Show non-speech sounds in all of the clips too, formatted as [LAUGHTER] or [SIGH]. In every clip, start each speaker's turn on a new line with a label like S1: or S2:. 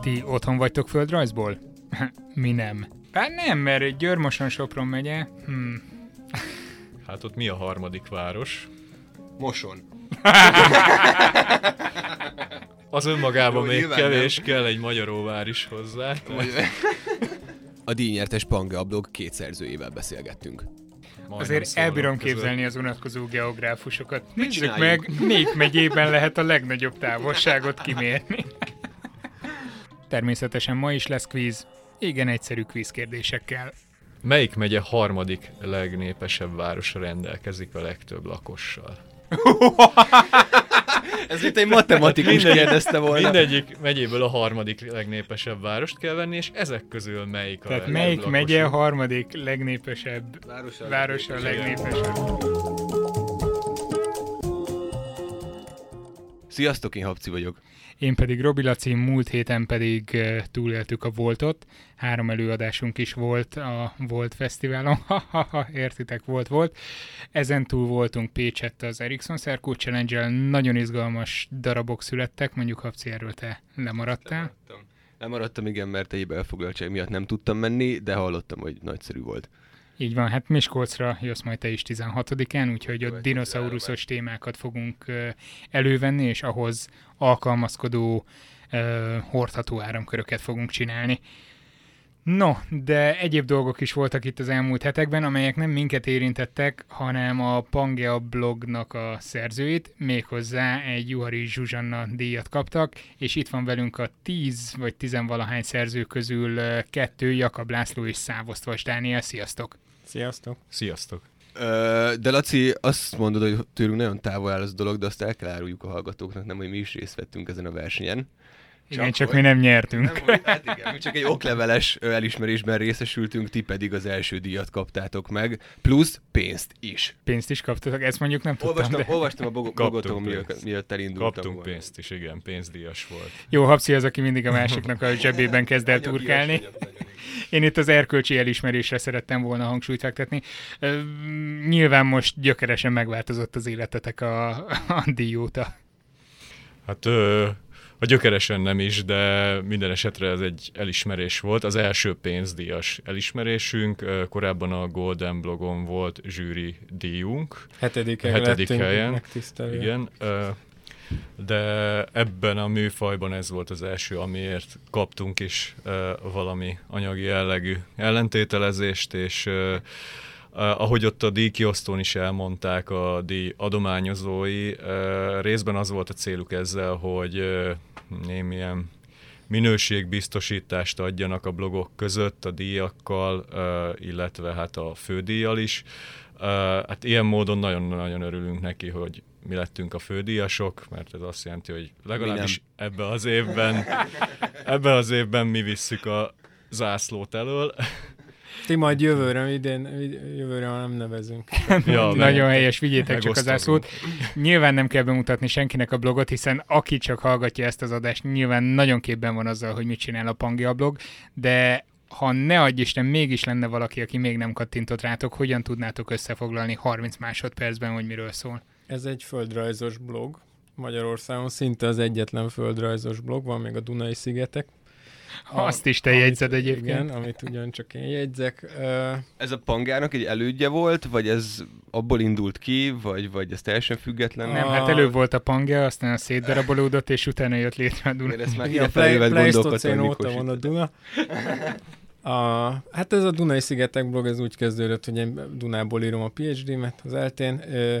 S1: Ti otthon vagytok földrajzból? [LAUGHS] Mi nem. Hát nem, mert Győrmoson Sopron megye. Hmm.
S2: Hát ott mi a harmadik város?
S3: Moson.
S2: Az önmagában
S3: Jó,
S2: még
S3: nyilván nem.
S2: kevés, kell egy magyaróvár is hozzá.
S4: A díjnyertes pangablog két szerzőjével beszélgettünk.
S2: Majdnem
S1: Azért
S2: szólok
S1: elbírom
S2: között.
S1: képzelni az unatkozó geográfusokat. Nézzük
S3: csináljunk?
S1: meg,
S3: [LAUGHS]
S1: melyik megyében lehet a legnagyobb távolságot
S3: [LAUGHS]
S1: kimérni. Természetesen ma is lesz kvíz. Igen egyszerű kvíz kérdésekkel.
S2: Melyik megye harmadik legnépesebb városa rendelkezik a legtöbb lakossal?
S4: Ez itt egy matematikus kérdezte volna.
S2: Mindegyik megyéből a harmadik legnépesebb várost kell venni, és ezek közül melyik a
S1: Tehát
S2: legtöbb
S1: melyik
S2: lakosú?
S1: megye a harmadik legnépesebb
S3: Városa.
S1: város a legnépesebb?
S4: Sziasztok, én Habci vagyok.
S1: Én pedig Robi Laci, múlt héten pedig eh, túléltük a Voltot. Három előadásunk is volt a Volt Fesztiválon. [LAUGHS] Ha, ha, ha, Értitek, volt, volt. Ezen túl voltunk Pécsett az Ericsson Szerkó challenge Nagyon izgalmas darabok születtek, mondjuk Habci, erről te lemaradtál.
S4: Lemaradtam, igen, mert egyéb elfoglaltság miatt nem tudtam menni, de hallottam, hogy nagyszerű volt.
S1: Így van, hát Miskolcra jössz majd te is 16-án, úgyhogy ott dinoszauruszos témákat fogunk ö, elővenni, és ahhoz alkalmazkodó ö, hordható áramköröket fogunk csinálni. No, de egyéb dolgok is voltak itt az elmúlt hetekben, amelyek nem minket érintettek, hanem a Pangea blognak a szerzőit, méghozzá egy Juhari Zsuzsanna díjat kaptak, és itt van velünk a 10 vagy 10 valahány szerző közül ö, kettő, Jakab László és Szávosztvas Dániel, sziasztok!
S5: Sziasztok!
S2: Sziasztok!
S4: Ö, De Laci, azt mondod, hogy tőlünk nagyon távol áll az dolog, de azt el kell áruljuk a hallgatóknak, nem, hogy mi is részt vettünk ezen a versenyen.
S1: Igen,
S4: Csak
S1: csak,
S4: hogy-
S1: mi nem nyertünk.
S4: Nem, hogy- hát igen, mi csak egy okleveles ö, elismerésben részesültünk, ti pedig az első díjat kaptátok meg, plusz pénzt is.
S1: Pénzt is kaptatok, ezt mondjuk nem tudtam.
S4: Olvastam,
S1: de...
S4: olvastam a bog-
S2: Kaptunk
S4: blogoton, mielőtt
S2: pénzt.
S4: mielőtt elindultam
S2: Kaptunk
S4: volna.
S2: pénzt is, igen, pénzdíjas volt.
S1: Jó, Hapszi az, aki mindig
S4: [LAUGHS]
S1: a másiknak a zsebében kezd el
S4: Anyagi
S1: turkálni.
S4: ilyes vagyok, nagyon.
S1: Én itt az erkölcsi elismerésre szerettem volna hangsúlyt fektetni. Ö, Nyilván most gyökeresen megváltozott az életetek a, a díj óta.
S2: Hát ö, a gyökeresen nem is, de minden esetre ez egy elismerés volt. Az első pénzdíjas elismerésünk, ö, korábban a Golden blogon volt zsűri díjunk,
S5: Hetedik,
S2: A hetedik helyen.
S5: Megtisztelő.
S2: igen, ö, de ebben a műfajban ez volt az első, amiért kaptunk is ö, valami anyagi jellegű ellentételezést, és ö, Ah, ahogy ott a díjkiosztón is elmondták a díj adományozói, eh, részben az volt a céluk ezzel, hogy eh, némilyen minőségbiztosítást adjanak a blogok között a díjakkal, eh, illetve hát a fődíjjal is. Eh, Hát ilyen módon nagyon-nagyon örülünk neki, hogy mi lettünk a fődíjasok, mert ez azt jelenti, hogy legalábbis ebbe az évben, ebbe az évben mi visszük a zászlót elől.
S5: Ti majd jövőre, idén, id- jövőre már nem nevezünk.
S2: Ja,
S1: Nagyon helyes, vigyétek csak az
S2: Megosztozunk.
S1: zászlót. Nyilván nem kell bemutatni senkinek a blogot, hiszen aki csak hallgatja ezt az adást, nyilván nagyon képben van azzal, hogy mit csinál a Pangia blog, de ha ne adj Isten, mégis lenne valaki, aki még nem kattintott rátok, hogyan tudnátok összefoglalni 30 másodpercben, hogy miről szól?
S5: Ez egy földrajzos blog. Magyarországon szinte az egyetlen földrajzos blog, van még a Dunai szigetek.
S1: Ha azt is te
S5: amit-
S1: jegyzed egyébként.
S5: Igen, amit ugyancsak én jegyzek. Ö,
S4: Ez a pangának egy elődje volt, vagy ez abból indult ki, vagy, vagy ez teljesen független?
S1: Nem,
S5: A-
S1: hát előbb volt a Pangea, aztán szétdarabolódott, és utána jött létre a Duna.
S4: Én ezt már
S5: Igen,
S4: ide
S5: a Plei-
S4: felővet gondolkodtam,
S5: Pleistocén
S4: Mikos.
S5: óta van a
S4: itt-
S5: Duna. A, hát ez a Dunai Szigetek blog, ez úgy kezdődött, hogy én Dunából írom a PhD-met az eltén, ö,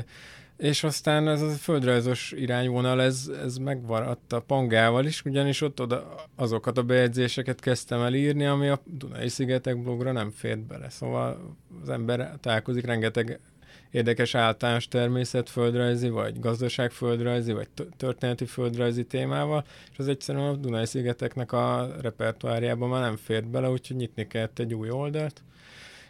S5: és aztán ez a földrajzos irányvonal, ez, ez megmaradt a Pangával is, ugyanis ott oda azokat a bejegyzéseket kezdtem el írni, ami a Dunai Szigetek blogra nem fért bele. Szóval az ember találkozik rengeteg érdekes általános természetföldrajzi, vagy gazdaságföldrajzi, vagy tö- történeti földrajzi témával, és az egyszerűen a Dunai-szigeteknek a repertoárjába már nem fért bele, úgyhogy nyitni kellett egy új oldalt,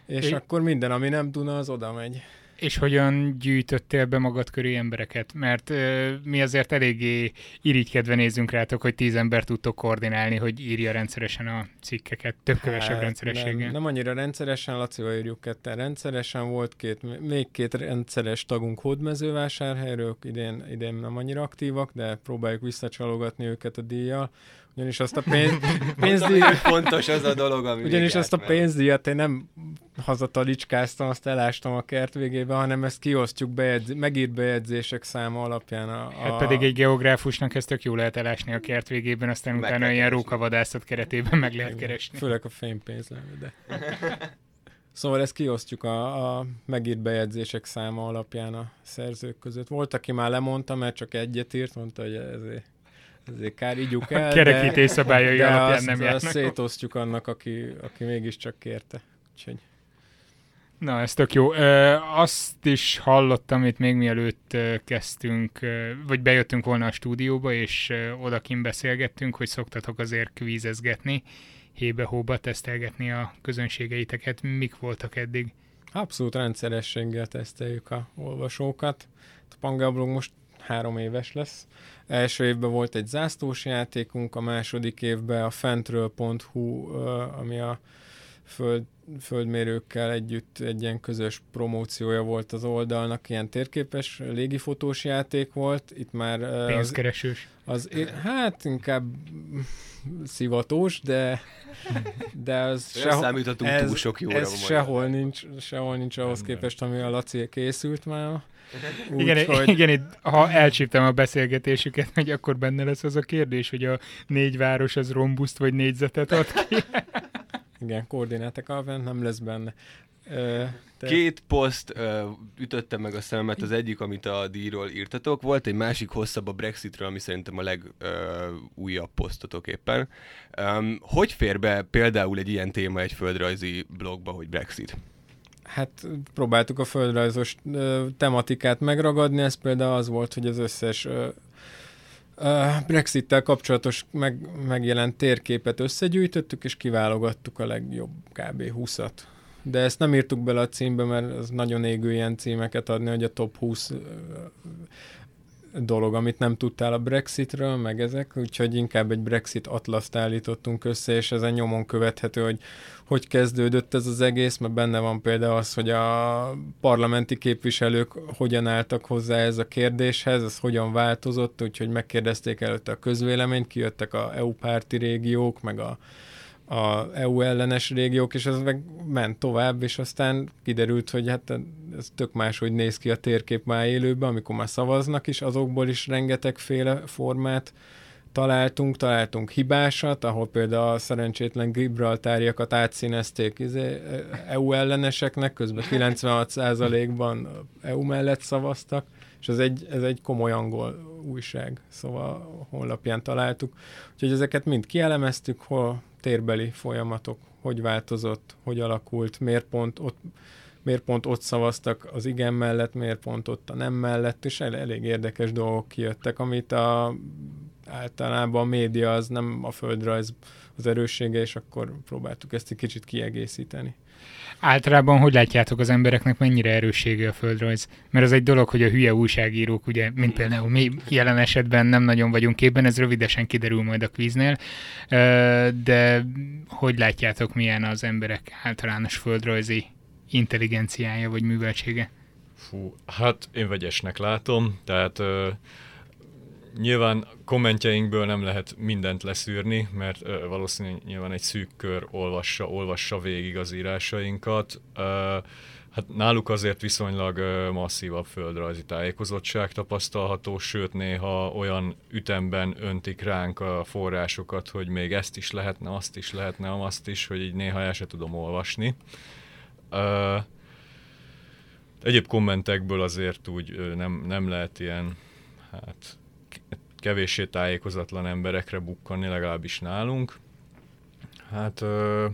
S5: és
S1: É-
S5: é. akkor minden, ami nem Duna, az oda megy.
S1: és hogyan gyűjtöttél be magad köré embereket? Mert ö, mi azért eléggé irigykedve nézünk rátok, hogy tíz ember tudtok koordinálni, hogy írja rendszeresen a cikkeket, több Hát kövesebb rendszerességgel.
S5: Hát, Nem, nem annyira rendszeresen, Lacival írjuk ketten rendszeresen, volt két, még két rendszeres tagunk hódmezővásárhelyről, idén, idén nem annyira aktívak, de próbáljuk visszacsalogatni őket a díjjal, ugyanis azt a pénz,
S1: [LAUGHS]
S5: pénzdíj,
S4: Fontos az a dolog, ami
S5: Ugyanis
S4: véget
S5: azt a
S4: ment.
S5: pénzdíjat én nem hazatalicskáztam, azt elástam a kert végébe, hanem ezt kiosztjuk bejegyz, megírt bejegyzések száma alapján. A, a...
S1: Hát pedig egy geográfusnak ezt tök jó lehet elásni a kert végében, aztán
S4: Meg
S1: meg
S4: kell
S1: utána ilyen
S4: keresni.
S1: rókavadászat keretében meg lehet
S5: Igen,
S1: keresni.
S5: Főleg a fénypénz lenne,
S1: [LAUGHS]
S5: de... Szóval ezt kiosztjuk a, a megírt bejegyzések száma alapján a szerzők között. Volt, aki már lemondta, mert csak egyet írt, mondta, hogy ezért, ezért kár, ígyuk
S1: A
S5: el.
S1: kerekítés
S5: de,
S1: szabályai
S5: de
S1: alapján
S5: azt,
S1: nem
S5: nem azt
S1: járnak.
S5: szétosztjuk annak, aki, aki mégiscsak kérte. Úgyhogy
S1: Na, ez tök jó. Ö, azt is hallottam itt még mielőtt ö, kezdtünk, ö, vagy bejöttünk volna a stúdióba, és ö, odakint beszélgettünk, hogy szoktatok azért kvízezgetni, hébe-hóba tesztelgetni a közönségeiteket. Mik voltak eddig?
S5: Abszolút rendszerességgel teszteljük a olvasókat. A Panga blog most három éves lesz. Első évben volt egy zászlós játékunk, a második évben a fentről.hu, ö, ami a föld, földmérőkkel együtt egy ilyen közös promóciója volt az oldalnak, ilyen térképes légifotós játék volt. Itt már ö, az,
S1: Pénzkeresős.
S5: az, é- hát inkább mm, szivatós, de, de az
S4: Nem számítottunk
S5: ez-
S4: túl sok jóra.
S5: ez
S4: ma
S5: sehol nincs, sehol nincs ahhoz
S2: Nem, nem.
S5: képest, ami a Laci készült már. Úgy,
S1: Igen,
S5: hogy
S1: igen, itt, ha elcsíptem a beszélgetésüket, hogy akkor benne lesz az a kérdés, hogy a négy város az rombuszt vagy négyzetet ad ki.
S5: igen, koordinátek alapján nem lesz benne. Ö, te-
S4: Két poszt ö, ütötte meg a szememet, az egyik, amit a díjról írtatok, volt egy másik hosszabb a Brexitről, ami szerintem a legújabb posztotok éppen. Öm, hogy fér be például egy ilyen téma egy földrajzi blogba, hogy Brexit?
S5: Hát próbáltuk a földrajzos ö, tematikát megragadni, ez például az volt, hogy az összes ö, ö, Brexit-tel kapcsolatos meg, megjelent térképet összegyűjtöttük, és kiválogattuk a legjobb kb. 20-at. De ezt nem írtuk bele a címbe, mert az nagyon égő ilyen címeket adni, hogy a top 20 ö, dolog, amit nem tudtál a Brexitről, meg ezek, úgyhogy inkább egy Brexit atlaszt állítottunk össze, és ezen nyomon követhető, hogy hogy kezdődött ez az egész, mert benne van például az, hogy a parlamenti képviselők hogyan álltak hozzá ez a kérdéshez, ez hogyan változott, úgyhogy megkérdezték előtte a közvéleményt, kijöttek a EU párti régiók, meg a, a EU ellenes régiók, és ez meg ment tovább, és aztán kiderült, hogy hát ez tök máshogy néz ki a térkép már élőben, amikor már szavaznak is, azokból is rengetegféle formát találtunk, találtunk hibásat, ahol például a szerencsétlen gibraltáriakat átszínezték izé, EU elleneseknek, közben 96%-ban EU mellett szavaztak, és ez egy, ez egy komoly angol újság, szóval a honlapján találtuk. Úgyhogy ezeket mind kielemeztük, hol térbeli folyamatok, hogy változott, hogy alakult, miért pont ott, miért pont ott szavaztak az igen mellett, miért pont ott a nem mellett, és el, elég érdekes dolgok kijöttek, amit a általában a média az nem a földrajz az erőssége, és akkor próbáltuk ezt egy kicsit kiegészíteni.
S1: Általában hogy látjátok az embereknek mennyire erőssége a földrajz? Mert az egy dolog, hogy a hülye újságírók, ugye, mint például mi jelen esetben nem nagyon vagyunk képben, ez rövidesen kiderül majd a kvíznél, Ö, de hogy látjátok, milyen az emberek általános földrajzi intelligenciája vagy műveltsége?
S2: Fú, hát én vegyesnek látom, tehát ö, nyilván kommentjeinkből nem lehet mindent leszűrni, mert ö, valószínűleg nyilván egy szűk kör olvassa, olvassa végig az írásainkat. Ö, hát náluk azért viszonylag ö, masszívabb földrajzi tájékozottság tapasztalható, sőt néha olyan ütemben öntik ránk a forrásokat, hogy még ezt is lehetne, azt is lehetne, azt is, hogy így néha el se tudom olvasni. Ö, Egyéb kommentekből azért úgy ö, nem, nem lehet ilyen, hát ke- kevéssé tájékozatlan emberekre bukkanni, legalábbis nálunk. Hát ö,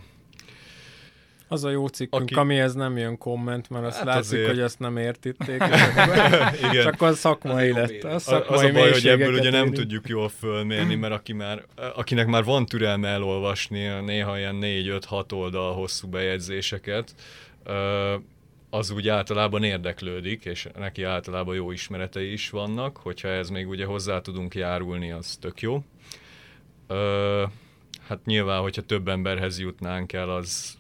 S5: Az a jó cikkünk,
S2: Aki-
S5: Aki... amihez nem jön komment, mert azt
S2: Hát
S5: hát látszik,
S2: azért.
S5: azért. hogy azt nem értették, és akkor,
S2: [LAUGHS] Igen.
S5: és akkor szakmai
S4: Az jó
S5: lett.
S4: média.
S5: A
S2: az,
S5: szakmai
S2: az a baj, hogy ebből
S5: mélységeket
S2: ugye nem
S5: írjuk.
S2: tudjuk jól fölmérni, mert aki már, akinek már van türelme elolvasni a néha ilyen 4-5-6 oldal hosszú bejegyzéseket, ö, az úgy általában érdeklődik, és neki általában jó ismeretei is vannak, hogyha ez még ugye hozzá tudunk járulni, az tök jó. Ö, hát nyilván, hogyha több emberhez jutnánk el, az,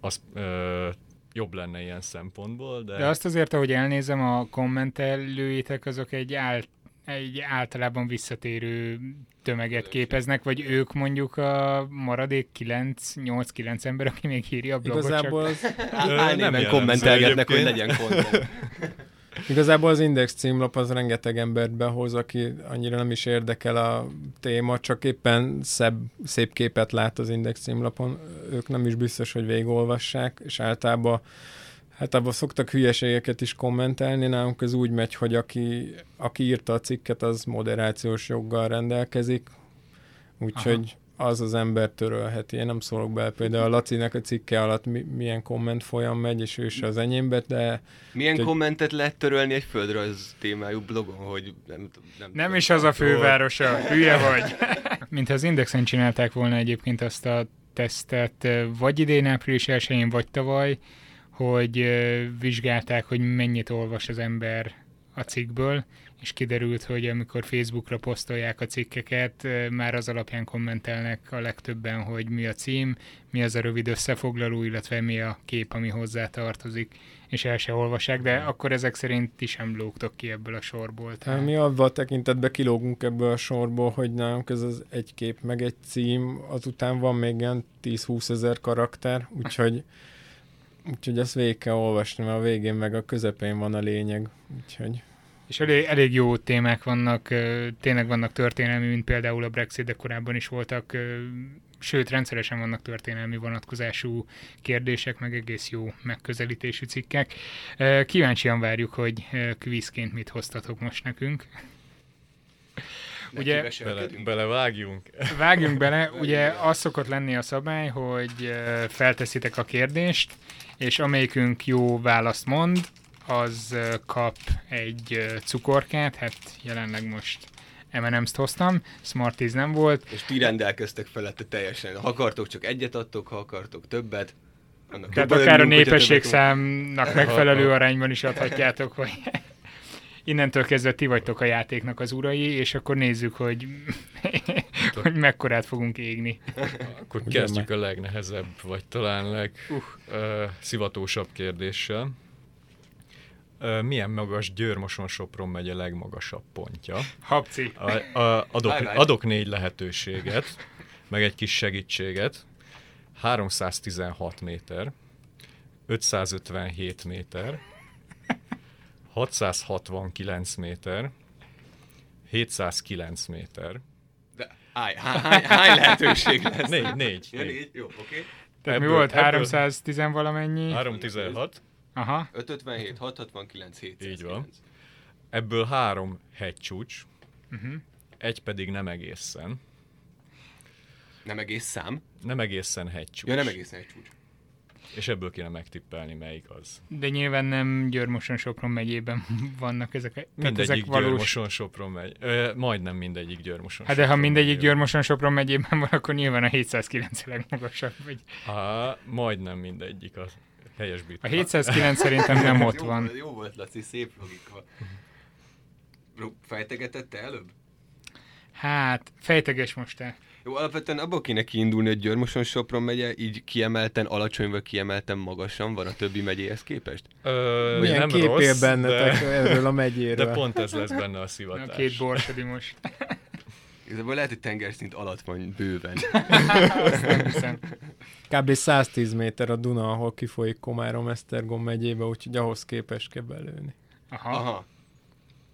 S2: az ö, jobb lenne ilyen szempontból, de...
S1: De azt azért, ahogy elnézem, a kommentelőitek azok egy, ált, egy általában visszatérő tömeget képeznek, vagy ők mondjuk a maradék 9-8-9 ember, aki még írja a blogot,
S5: Igazából
S1: csak...
S5: az,
S4: Álnéven
S2: jellemző
S4: kommentelgetnek, hogy
S2: egyébként.
S4: legyen kondom.
S5: Igazából az Index címlap az rengeteg embert behoz, aki annyira nem is érdekel a téma, csak éppen szebb, szép képet lát az Index címlapon. Ők nem is biztos, hogy végigolvassák, és általában általában szoktak hülyeségeket is kommentelni, nálunk ez úgy megy, hogy aki, aki írta a cikket, az moderációs joggal rendelkezik, úgyhogy az az ember törölheti. Én nem szólok bele például a Lacinek a cikke alatt mi, milyen komment folyam megy, és ő se az enyémbe, de
S4: Milyen
S5: Úgyhogy-
S4: kommentet lehet törölni egy földrajz témájú blogon, hogy nem tudom.
S1: Nem is az a fővárosa, hülye vagy. Mintha az Indexen csinálták volna egyébként azt a tesztet, vagy idén április 1 vagy tavaly, hogy ö, vizsgálták, hogy mennyit olvas az ember a cikkből, és kiderült, hogy amikor Facebookra posztolják a cikkeket, ö, már az alapján kommentelnek a legtöbben, hogy mi a cím, mi az a rövid összefoglaló, illetve mi a kép, ami hozzá tartozik, és el se olvassák, de akkor ezek szerint ti sem lógtok ki ebből a sorból.
S5: Hát mi avval a tekintetben kilógunk ebből a sorból, hogy nálunk ez az egy kép, meg egy cím, azután van még ilyen 10-20 ezer karakter, úgyhogy, úgyhogy ezt végig kell olvasni, mert a végén meg a közepén van a lényeg. Úgyhogy
S1: És elég, elég jó témák vannak, ö, tényleg vannak történelmi, mint például a Brexit, de korábban is voltak, ö, sőt, rendszeresen vannak történelmi vonatkozású kérdések, meg egész jó megközelítésű cikkek. Ö, Kíváncsian várjuk, hogy ö, kvízként mit hoztatok most nekünk. Ugye-
S4: Ugye,
S2: Bele, belevágjunk.
S1: Vágjunk bele, ugye az szokott lenni a szabály, hogy ö, felteszitek a kérdést, és amelyikünk jó választ mond, az ö, kap egy ö, cukorkát, hát jelenleg most M&M-t hoztam, Smarties nem volt,
S4: És ti rendelkeztek felette teljesen. Ha akartok, csak egyet adtok, ha akartok többet. Annak
S1: tehát
S4: jobban
S1: akár a
S4: örülünk, hogyha
S1: népesség
S4: többet
S1: számnak
S2: [LAUGHS]
S1: megfelelő arányban is adhatjátok, hogy [LAUGHS] innentől kezdve ti vagytok a játéknak az urai, és akkor nézzük, hogy, [LAUGHS] hogy mekkorát fogunk égni.
S2: Akkor
S5: Ugyan
S2: kezdjük a legnehezebb, vagy talán leg uh, szivatósabb kérdéssel. Ö, milyen magas Győrmoson Sopron megy a legmagasabb pontja?
S1: Hapci!
S2: A, [LAUGHS] a, adok,
S4: Várj, várj.
S2: adok négy lehetőséget, meg egy kis segítséget. 316 méter, 557 méter, 669 méter, 709 méter.
S4: tudunk. De állj, há- hány, hány lehetőség lesz?
S2: [LAUGHS] Négy, négy.
S4: Ja,
S2: négy.
S4: négy, jó, oké.
S1: Tehát mi
S2: Ebből-
S1: volt?
S2: ebből-
S1: 310 valamennyi?
S2: 316,
S1: Aha.
S4: 557, 669, 700.
S2: Így van. ebből három hegycsúcs,
S1: Mhm.
S2: egy pedig nem egészen.
S4: Nem egész szám?
S2: Nem egészen hegycsúcs.
S4: Ja, nem egészen egy csúcs.
S2: És ebből kéne megtippelni, melyik az.
S1: De nyilván nem Győrmoson Sopron megyében [LAUGHS] vannak ezek. Tehát ezek
S2: Mindegyik
S1: valós.
S2: Győrmoson Sopron megy. Ö, majdnem mindegyik Győrmoson
S1: Hát de ha
S2: Sopron
S1: mindegyik
S2: megy.
S1: Győrmoson Sopron megyében van, akkor nyilván a 709 a legmagasabb. Vagy.
S2: Á, majdnem mindegyik a helyes bit.
S1: A 709 szerintem nem ott
S4: [LAUGHS] jó,
S1: van.
S4: Volt, jó volt, Laci, szép logika. Ru- Fejtegetette előbb?
S1: Hát, fejteges most te.
S4: Jó, alapvetően abból kéne kiindulni, hogy Győrmoson Sopron megye, így kiemelten alacsony, vagy kiemelten magasan van a többi megyéhez képest?
S2: Ö,
S5: milyen
S2: nem
S5: képél
S2: rossz,
S5: bennetek
S2: de,
S5: erről a
S2: de
S5: megyéről?
S2: pont ez lesz benne a
S1: A
S2: szivatás.
S1: két borsodi most.
S4: Igazából lehet, hogy tengerszint alatt van bőven.
S1: Azt nem hiszem.
S5: Kb. 110 méter a Duna, ahol kifolyik Komárom Esztergom megyébe, úgyhogy ahhoz képes kell belőni.
S1: Aha. Aha.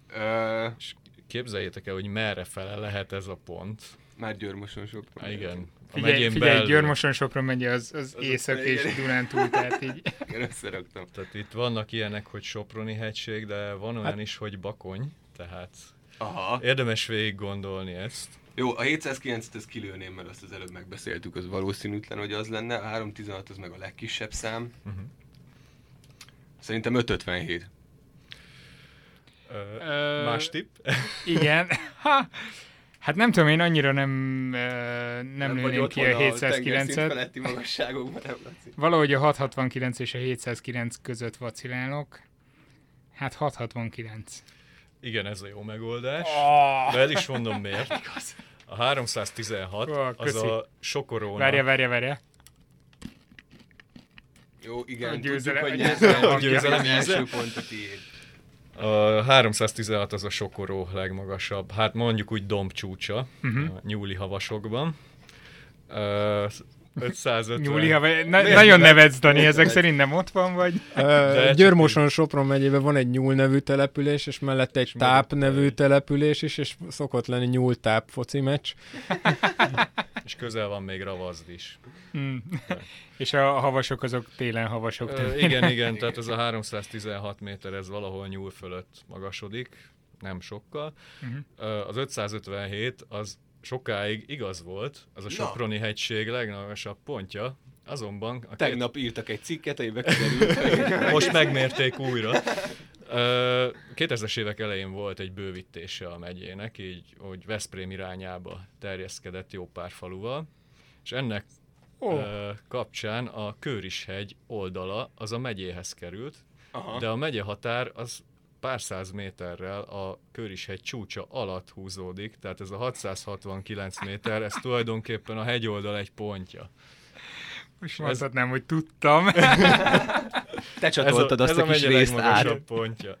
S4: Aha. Ö,
S2: És Képzeljétek el, hogy merre fele lehet ez a pont.
S4: már Győrmoson Sopron.
S2: Há, igen. A
S1: Figyelj,
S2: megyén
S1: figyelj
S2: belül.
S1: Győrmoson Sopron megye az, az,
S4: az
S1: észak
S4: igen.
S1: és Dunántúl, tehát így.
S4: [LAUGHS] Igen, összeraktam.
S2: Tehát itt vannak ilyenek, hogy Soproni hegység, de van
S1: Hát-
S2: olyan is, hogy Bakony, tehát
S4: Aha.
S2: érdemes végig gondolni ezt.
S4: Jó, a 709-et ezt kilőném, mert azt az előbb megbeszéltük, az valószínűtlen, hogy az lenne. A 316 az meg a legkisebb szám.
S2: Mhm.
S4: Szerintem 557.
S2: Ö,
S1: Ö,
S2: más tipp? [LAUGHS]
S1: Igen. Ha, Hát nem tudom, én annyira nem, nem, nem lőném ki a 709-et.
S4: feletti magasságokban, nem, Laci?
S1: Valahogy a 669 és a 709 között vacilálok. Hát 669.
S2: Igen, ez a jó megoldás.
S1: Oh!
S2: De el is mondom miért. A 316
S1: Ó,
S2: az
S1: köszi.
S2: a sokoróna.
S1: Várja, várja, várja.
S4: Jó,
S1: A
S4: igen,
S1: győzelem-
S4: tudjuk, hogy
S1: a
S4: ez
S1: győzelem
S4: a
S1: hangja.
S4: győzelem
S2: A győzelem
S4: első pont a tiéd.
S2: A 316 az a sokoró legmagasabb, hát mondjuk úgy dombcsúcsa
S1: Mhm.
S2: uh-huh. a nyúli havasokban.
S1: [LAUGHS]
S2: Ö, 550.
S1: Nyúli, ha vagy- na,
S2: Miért?
S1: nagyon nevetsz, Dani, ezek szerint nem ott van vagy?
S5: Ö,
S2: csak
S5: Győrmoson Sopron megyében van egy nyúl nevű település, és mellette egy táp nevű település is, és szokott lenni nyúltáp foci meccs.
S2: És közel van még ravazd is.
S1: Hm. És a havasok azok télen havasok.
S2: Ö, igen, igen, tehát ez a 316 méter, ez valahol nyúl fölött magasodik, nem sokkal.
S1: Mhm.
S2: Ö, Az 557 az sokáig igaz volt, az a Soproni hegység legmagasabb pontja, azonban a két-
S4: Tegnap írtak egy cikket, amiben kiderült, hogy
S2: Most megmérték újra. Ö, 2000-es évek elején volt egy bővítése a megyének, így, hogy Veszprém irányába terjeszkedett jó pár faluval, és ennek
S1: Ó.
S2: ö, kapcsán a Kőrishegy oldala az a megyéhez került,
S4: Aha.
S2: de a megye határ az pár száz méterrel a Kőrishegy csúcsa alatt húzódik, tehát ez a 669 méter, ez tulajdonképpen a hegyoldal egy pontja.
S1: Most mondhatnám, hogy tudtam.
S4: te
S2: Ez a,
S4: csatoltad
S2: ez
S4: azt a,
S2: a
S4: kis
S2: megye
S4: részt át.
S2: legmagasabb pontja.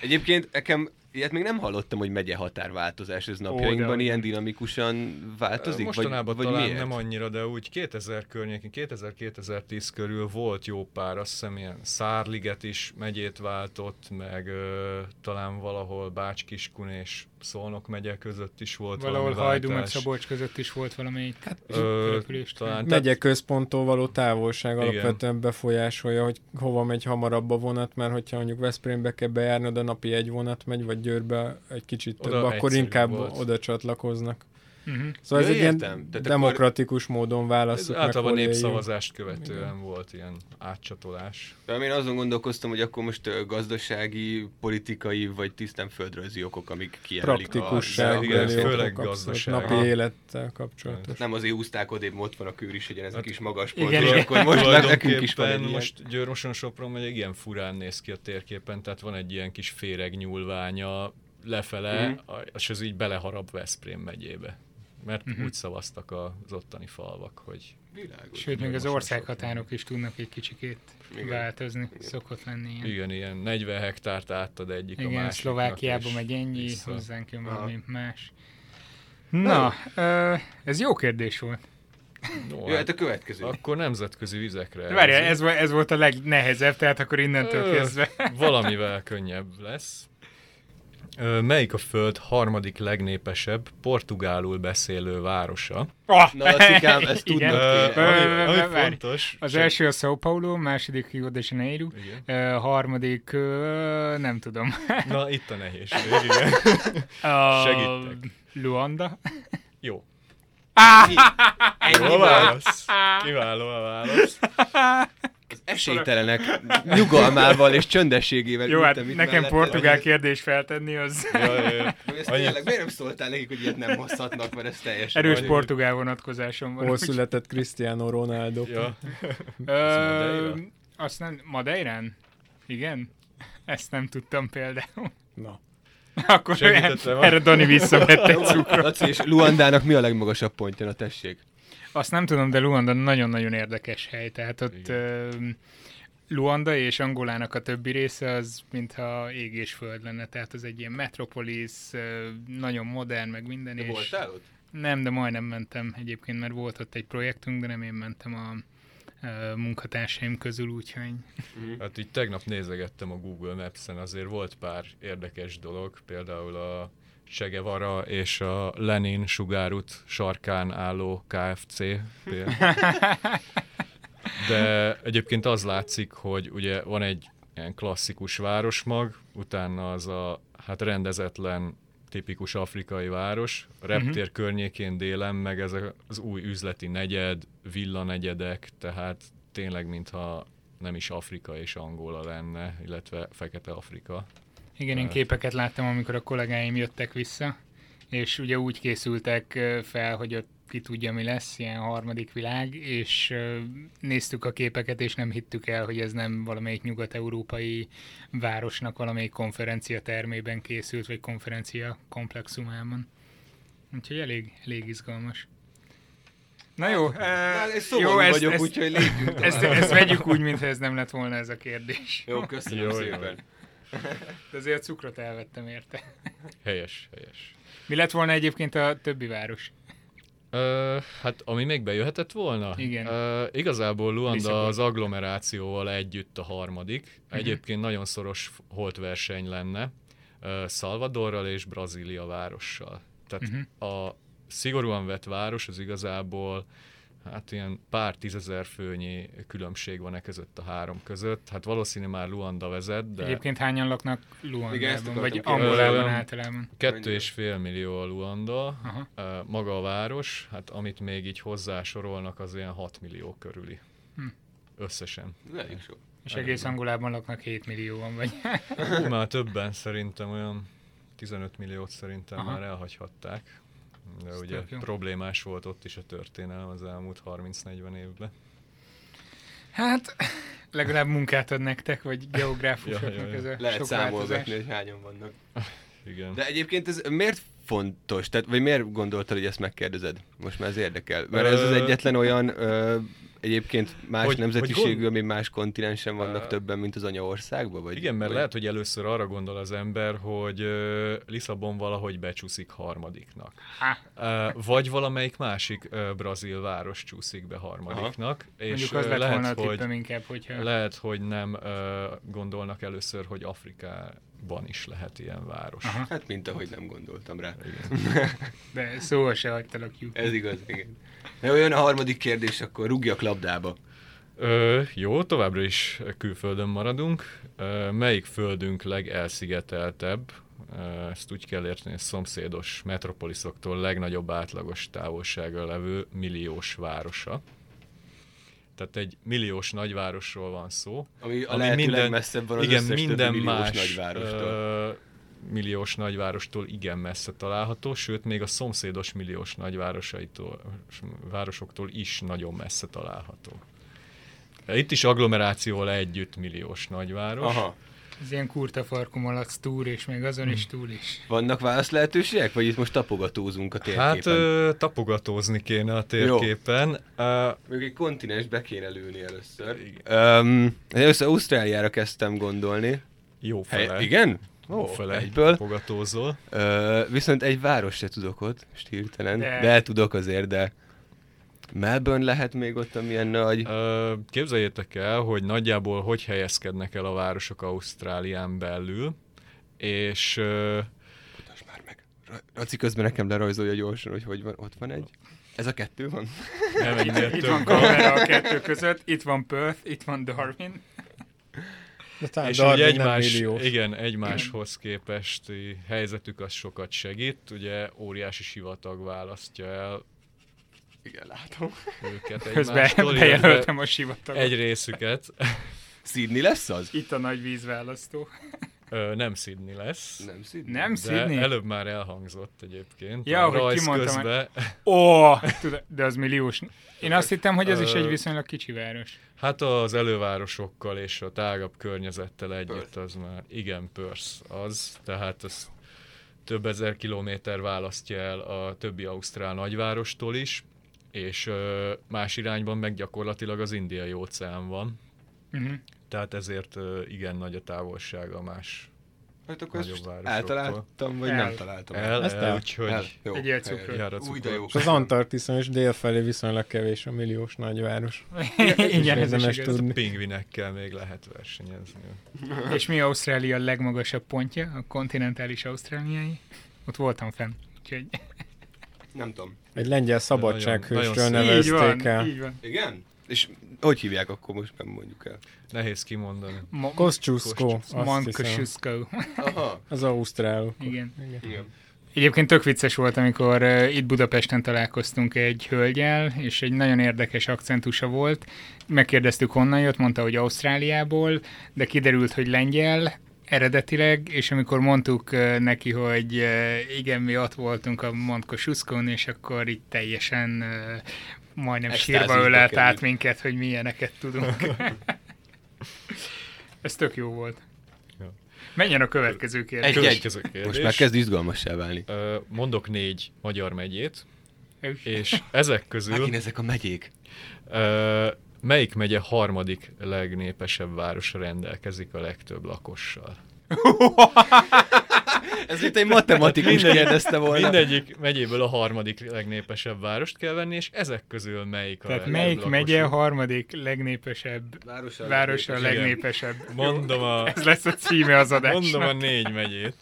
S4: Egyébként nekem ilyet még nem hallottam, hogy megye határváltozás ez napjainkban,
S1: Ó, de-
S4: ilyen dinamikusan
S5: Hát
S4: változik?
S2: Mostanában
S4: vagy, vagy
S2: talán
S4: miért?
S2: nem annyira, de úgy 2000 környékén, 2000-2010 körül volt jó pár, azt hiszem ilyen Szárliget is megyét váltott, meg ö, talán valahol Bács-Kiskun és Szolnok megye között is
S1: [LAUGHS]
S2: volt
S1: Valahol
S2: valami
S1: Hajdú meg
S2: váltás. Hát,
S1: Szabolcs között is volt valamelyik
S2: Ö,
S1: település.
S2: talán tehát
S5: Megye központtól való távolság
S2: Igen.
S5: alapvetően befolyásolja, hogy hova megy hamarabb a vonat, mert hogyha mondjuk Veszprémbe kell bejárnod, a napi egy vonat megy, vagy Győrbe egy kicsit
S2: Oda
S5: több, akkor
S2: egyszerűbb
S5: inkább
S2: volt.
S5: oda csatlakoznak.
S1: Mhm.
S5: Szóval
S4: Ja,
S5: ez egy
S4: értem.
S5: ilyen
S4: Tehát akkor-
S5: demokratikus módon
S2: ez
S5: választjuk meg,
S2: általában
S5: hol éljünk.
S2: népszavazást követően volt ilyen átcsatolás.
S4: De Én azon gondolkoztam, hogy akkor most ö, gazdasági, politikai vagy tisztán földrajzi okok, amik kijelölik hát
S5: Praktikusság,
S2: Igen,
S5: belé
S2: főleg
S5: okok, abszolút
S2: gazdaság.
S5: napi
S2: Aha.
S5: élettel kapcsolatos.
S4: Nem azért húzták odébb, ott van a kőr is, egyen ez a kis magas
S1: Hát, igen,
S4: pont, és
S1: igen.
S4: akkor most meg nekünk is van egy
S2: Tulajdonképpen
S4: ilyen.
S2: most Győrmoson Sopron megy, ilyen furán néz ki a térképen, tehát van egy ilyen kis féreg nyúlványa lefele,
S4: Mhm.
S2: a- és ez így beleharap Veszprém megyébe. Mert
S4: Mhm.
S2: úgy szavaztak az ottani falvak, hogy
S4: Világos.
S1: Sőt, még az
S2: Most
S1: országhatárok is tudnak egy kicsikét
S4: Igen.
S1: változni. Szokott lenni ilyen.
S2: igen, ilyen 40 hektárt átad egyik a
S1: Igen,
S2: másiknak.
S1: Szlovákiában
S2: és
S1: megy ennyi,
S2: vissza.
S1: hozzánk jön valami más. Na, ö, ez jó kérdés volt.
S2: No,
S4: Jöhet
S2: hát,
S4: a következő.
S2: akkor nemzetközi vizekre.
S1: De Várjál,
S2: elvezünk.
S1: ez, vo- ez volt a legnehezebb, tehát akkor innentől
S2: Ö,
S1: kezdve.
S2: Valamivel könnyebb lesz. Ö, Melyik a föld harmadik legnépesebb portugálul beszélő városa?
S1: Ah!
S4: Na, Lacikám, ezt
S1: [LAUGHS] Igen.
S4: tudnod
S2: Ö,
S4: kéne.
S2: ami-
S1: Ö,
S2: ami
S1: várj.
S2: fontos,
S1: Az e-
S2: sem-
S1: első a São Paulo, második Rio de Janeiro,
S2: Igen.
S1: ö, harmadik, ö, nem tudom.
S2: [LAUGHS] Na, itt a nehézség, igen.
S1: A
S2: Segítek.
S1: Luanda.
S2: Jó. Jó
S4: Ennyi
S2: a
S4: már.
S2: válasz. Kiváló a válasz.
S4: Az esélytelenek nyugalmával és csöndességével
S1: Jó, hát
S4: ültem itt
S1: nekem
S4: mellette,
S1: portugál
S4: vagy-
S1: kérdés feltenni, az
S2: Jaj, jaj, jaj.
S4: Hogy ezt
S2: Annyi-
S4: tényleg, miért nem szóltál nekik, hogy ilyet nem hozhatnak, mert ez teljesen...
S1: erős
S4: vagy-
S1: portugál vonatkozásom van.
S5: Hol született Cristiano Ronaldo?
S2: Ja.
S1: Ö,
S2: Madeira?
S1: azt nem, Madeirán? Igen? Ezt nem tudtam például.
S5: Na.
S1: Akkor
S2: Segítettem.
S1: erre Dani visszavett egy cukrot.
S4: Laci és Luandának mi a legmagasabb pontja, na tessék?
S1: Azt nem tudom, de Luanda nagyon-nagyon érdekes hely. Tehát ott
S2: Igen.
S1: ö, Luanda és Angolának a többi része az mintha ég és föld lenne. Tehát az egy ilyen metropolis, ö, nagyon modern, meg minden.
S4: Te
S1: és...
S4: voltál ott?
S1: Nem, de majdnem mentem egyébként, mert volt ott egy projektünk, de nem én mentem a ö, munkatársaim közül, úgyhogy
S2: Hát így tegnap nézegettem a Google Maps-en, azért volt pár érdekes dolog, például a Segevara és a Lenin sugárút sarkán álló KFC. például. De egyébként az látszik, hogy ugye van egy ilyen klasszikus városmag, utána az a hát rendezetlen tipikus afrikai város, a reptér környékén délen meg ez a- az új üzleti negyed, villanegyedek, tehát tényleg mintha nem is Afrika és Angola lenne, illetve Fekete Afrika.
S1: igen, én képeket láttam, amikor a kollégáim jöttek vissza, és ugye úgy készültek fel, hogy ott ki tudja, mi lesz, ilyen harmadik világ, és néztük a képeket, és nem hittük el, hogy ez nem valamelyik nyugat-európai városnak valamelyik konferencia termében készült, vagy konferencia komplexumában. Úgyhogy elég, elég izgalmas. Na jó, eh,
S4: e, jó ezt, vagyok, ezt, úgyhogy lépjünk
S1: ezt, ezt vegyük úgy, mintha ez nem lett volna ez a kérdés.
S4: Jó, köszönöm jó, szépen.
S1: Jó. De azért cukrot elvettem érte.
S2: Helyes, helyes.
S1: Mi lett volna egyébként a többi város?
S2: Ö, hát ami még bejöhetett volna?
S1: Igen.
S2: Ö, igazából Luanda Viszont. az agglomerációval együtt a harmadik.
S1: Mhm.
S2: Egyébként uh-huh. nagyon szoros holtverseny lenne ö, Salvadorral és Brazília várossal. Tehát
S1: Mhm.
S2: uh-huh. a szigorúan vett város az igazából hát ilyen pár tízezer főnyi különbség van e között a három között. Hát valószínű már Luanda vezet, de...
S1: Egyébként hányan laknak Luandában, vagy Angolában általában?
S2: Kettő és fél millió a Luanda, Aha. maga a város, hát amit még így hozzásorolnak, az ilyen 6 millió körüli. Hm. Összesen.
S4: Elég sok.
S1: És egész Angolában laknak 7 millióan, vagy? [LAUGHS]
S2: Hú, már többen szerintem olyan 15 milliót szerintem Aha. már elhagyhatták. De Ez ugye problémás volt ott is a történelem az elmúlt 30-40 évben.
S1: Hát, legalább munkát ad nektek, vagy geográfusoknak ja, ja, ja. ez a
S4: Lehet sok számolgatni, hogy hányan vannak.
S2: Igen.
S4: De egyébként ez miért fontos? Tehát, vagy miért gondoltad, hogy ezt megkérdezed? Most már ez érdekel. Mert ez az egyetlen olyan ö, egyébként más hogy, nemzetiségű, hogy ami más kontinensen vannak uh, többen, mint az anyaországban? Vagy,
S2: igen, mert
S4: vagy...
S2: lehet, hogy először arra gondol az ember, hogy uh, Lisszabon valahogy becsúszik harmadiknak. Uh, vagy valamelyik másik uh, brazil város csúszik be harmadiknak. Aha. És
S1: Mondjuk az lett lehet, volna hogy, inkább, hogyha...
S2: Lehet, hogy nem uh, gondolnak először, hogy Afrikában is lehet ilyen város.
S4: Aha. Hát mint ahogy nem gondoltam rá.
S1: Igen. De szóval se hagytalak lyuk.
S4: Ez igaz, igen. Na, jön a harmadik kérdés, akkor rúgjak labdába.
S2: Ö, jó, továbbra is külföldön maradunk. Ö, melyik földünk legelszigeteltebb? Ö, ezt úgy kell érteni, a szomszédos metropoliszoktól legnagyobb átlagos távolságra levő milliós városa. Tehát egy milliós nagyvárosról van szó.
S4: Ami a ami lehető minden, legmesszebb van az
S2: igen,
S4: összes
S2: minden
S4: milliós
S2: más,
S4: nagyvárostól. Ö,
S2: milliós nagyvárostól igen messze található, sőt még a szomszédos milliós nagyvárosaitól, városoktól is nagyon messze található. Itt is agglomerációval együtt milliós nagyváros.
S4: Aha.
S1: Ez ilyen kurta farkum alatt túl, és még azon is túl is.
S4: Vannak válasz lehetőségek, vagy itt most tapogatózunk a térképen?
S2: Hát ö, tapogatózni kéne a térképen.
S4: Jó. Uh, még egy kontinens be kéne lőni először. Igen. Um, először Ausztráliára kezdtem gondolni.
S2: Jó fele.
S4: Hely, igen?
S2: Ó, oh, fele egyből. Fogatózol.
S4: Ö, viszont egy város se tudok ott, most hirtelen. De. de tudok azért, de Melbourne lehet még ott, amilyen nagy.
S2: Ö, képzeljétek el, hogy nagyjából hogy helyezkednek el a városok Ausztrálián belül, és... Ö...
S4: Mutasd már meg. Raci közben nekem lerajzolja gyorsan, hogy hogy van, ott van egy. Ez a kettő van? [LAUGHS]
S1: Nem, itt, itt van kamera a kettő között, itt van Perth, itt van Darwin.
S2: De talán és Darwin ugye egymás, igen, egymáshoz képesti helyzetük az sokat segít, ugye óriási sivatag választja el
S4: igen, látom.
S2: Őket
S1: Közben bejelöltem a sivatagot.
S2: Egy részüket.
S4: Sydney lesz az?
S1: Itt a nagy vízválasztó.
S2: Ö, nem Sydney lesz.
S4: Nem Sydney?
S1: Nem Sydney?
S2: előbb már elhangzott egyébként.
S1: Ja, hogy kimondtam. Közben... Ó, [LAUGHS] de az milliós. Én azt hittem, hogy ez is egy viszonylag kicsi város.
S2: Hát az elővárosokkal és a tágabb környezettel együtt Perth. az már, igen, Perth az, tehát ez több ezer kilométer választja el a többi ausztrál nagyvárostól is, és ö, más irányban meg gyakorlatilag az indiai óceán van.
S1: Uh-huh.
S2: Tehát ezért ö, igen nagy a távolsága más
S4: Hát akkor ezt eltaláltam, vagy el. nem találtam.
S2: El, el, el úgyhogy el.
S1: Jó, egy cukrot.
S4: Új, de jó.
S5: És az Antarktiszon is délfelé viszonylag kevés a milliós nagyváros.
S1: Igen, ez is
S2: igaz. Tudni. Pingvinekkel még lehet versenyezni.
S1: és mi Ausztrália legmagasabb pontja, a kontinentális ausztráliai? Ott voltam fenn, úgyhogy...
S4: Nem tudom.
S5: Egy lengyel szabadsághősről nevezték így
S1: van, el. Így van.
S4: Igen? És hogy hívják akkor most nem mondjuk el?
S2: Nehéz kimondani.
S5: Ma- Kosciuszko.
S1: Mankosuszko.
S5: Az ausztrál.
S1: Igen. Igen. Igen. Egyébként tök vicces volt, amikor uh, itt Budapesten találkoztunk egy hölgyel, és egy nagyon érdekes akcentusa volt. Megkérdeztük honnan jött, mondta, hogy Ausztráliából, de kiderült, hogy lengyel, eredetileg, és amikor mondtuk uh, neki, hogy uh, igen, mi ott voltunk a Montko Suszkon, és akkor itt teljesen uh, majdnem
S4: Extázisba
S1: sírba ölelt át
S4: került.
S1: minket, hogy milyeneket tudunk. Ez tök jó volt.
S2: Ja.
S1: Menjen a következő kérdés.
S4: Egy-egy.
S2: Következő kérdés.
S4: Most már kezd izgalmassá válni.
S2: Ö, Mondok négy magyar megyét,
S1: Ös.
S2: és ezek közül
S4: Megint ezek a megyék.
S2: ö, melyik megye harmadik legnépesebb városra rendelkezik a legtöbb lakossal?
S4: Ez mint egy matematikus kérdezte volna.
S2: Mindegyik megyéből a harmadik legnépesebb várost kell venni, és ezek közül melyik a
S1: Tehát
S2: legtöbb
S1: melyik
S2: lakosú?
S1: megye a harmadik legnépesebb
S4: Városa
S1: város a
S2: legnépesebb.
S1: legnépesebb?
S2: Mondom a,
S1: Ez lesz a címe az adásnak.
S2: mondom a négy megyét.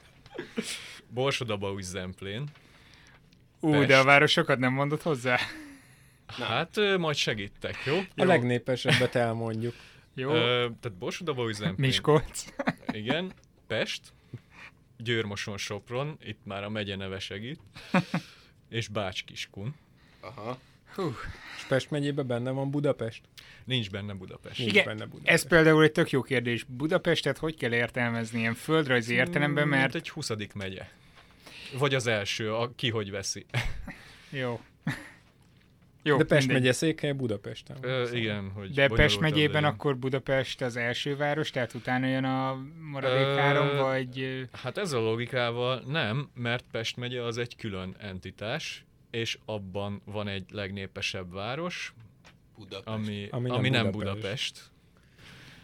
S2: Borsodaba Zemplén.
S1: Ú, de a városokat nem mondott hozzá?
S2: Hát ö, majd segítek, jó?
S5: A legnépesebbet elmondjuk.
S1: Jó.
S2: Ö, tehát Borsodaba
S1: Hát
S2: Zemplén.
S1: Miskolc.
S2: Igen, Pest, Győrmoson Sopron, itt már a megye neve
S1: [LAUGHS]
S2: segít, és Bács-Kiskun.
S4: Aha.
S1: Hú.
S5: És Pest megyében benne van Budapest?
S2: Nincs benne Budapest.
S5: Nincs
S1: Igen,
S5: benne Budapest.
S1: Ez például egy tök jó kérdés. Budapestet hogy kell értelmezni ilyen földrajzi értelemben,
S2: Hmm, Mint
S1: mert...
S2: egy 20. megye. Vagy az első, a, ki hogy veszi.
S1: Jó. [LAUGHS] Jó,
S5: De Pest
S1: mindegy.
S5: megye székhelye Budapesten. van.
S2: Ö, igen, hogy
S1: De Pest
S2: bonyolultabb
S1: megyében
S2: legyen.
S1: akkor Budapest az első város, tehát utána jön a maradék
S2: Ö,
S1: három, vagy... ö,
S2: Hát ez a logikával nem, mert Pest megye az egy külön entitás, és abban van egy legnépesebb város,
S4: Budapest.
S2: ami,
S5: Ami
S2: ami,
S5: nem
S2: nem, ami nem
S5: Budapest.
S2: Budapest.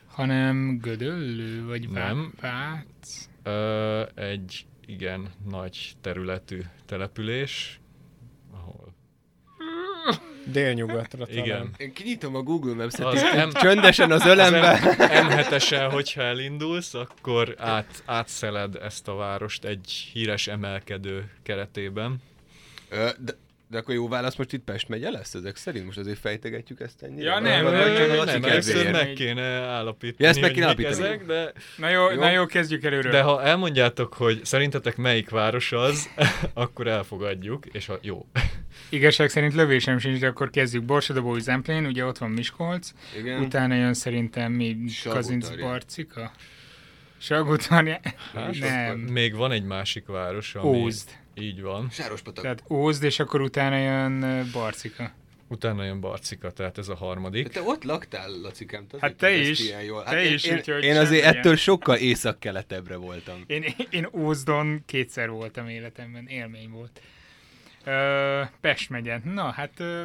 S1: Hanem Gödöllő, vagy Vá-
S2: Nem.
S1: Vác?
S2: Ö, egy igen nagy területű település, ahol
S5: Délnyugatra talán.
S2: hát, igen.
S4: Én kinyitom a Google Maps-et,
S2: Az
S4: így
S2: nem-
S4: csöndesen az ölembe.
S2: M7-esen, hogyha elindulsz, akkor át, átszeled ezt a várost egy híres emelkedő keretében.
S4: Ö, De, de akkor jó válasz most itt Pest megye lesz ezek szerint? Most azért fejtegetjük ezt ennyire?
S1: Ja,
S4: Vagy
S1: nem,
S4: van olyan,
S1: nem,
S4: csak
S1: nem,
S4: a
S1: nem,
S4: kedvéért?
S2: először meg
S1: Így.
S2: kéne állapítani,
S4: Ja, ezt meg
S2: hogy
S4: kéne
S2: mik
S4: állapítani.
S2: ezek, de,
S1: Na jó,
S4: Jó.
S1: jó? na jó, kezdjük előről.
S2: de ha elmondjátok, hogy szerintetek melyik város az, [LAUGHS] akkor elfogadjuk, és ha jó.
S1: Igazság szerint lövésem sincs, de akkor kezdjük. Borsodobói Zemplén, ugye ott van Miskolc,
S4: Igen.
S1: mm. utána jön szerintem mi
S4: Salgótarján.
S1: Kazinc Barcika? Salgótarján?
S4: Hát,
S1: Nem.
S2: Még van egy másik város, ami
S1: Ózd.
S2: így van.
S4: Sárospatak.
S1: Tehát Ózd, és akkor utána jön ö, Barcika.
S2: Utána jön Barcika, tehát ez a harmadik.
S4: Te ott laktál, Lacikám. tudod,
S1: Hát
S4: hogy
S1: te
S4: ezt
S1: is,
S4: Ilyen jól. Hát
S1: te
S4: én,
S1: is,
S4: én,
S1: úgyhogy
S4: én azért
S1: semmi
S4: ettől sokkal észak-keletebbre voltam.
S1: Én, én Ózdon kétszer voltam életemben, élmény volt. Ö, Pest megye. Na, hát ö,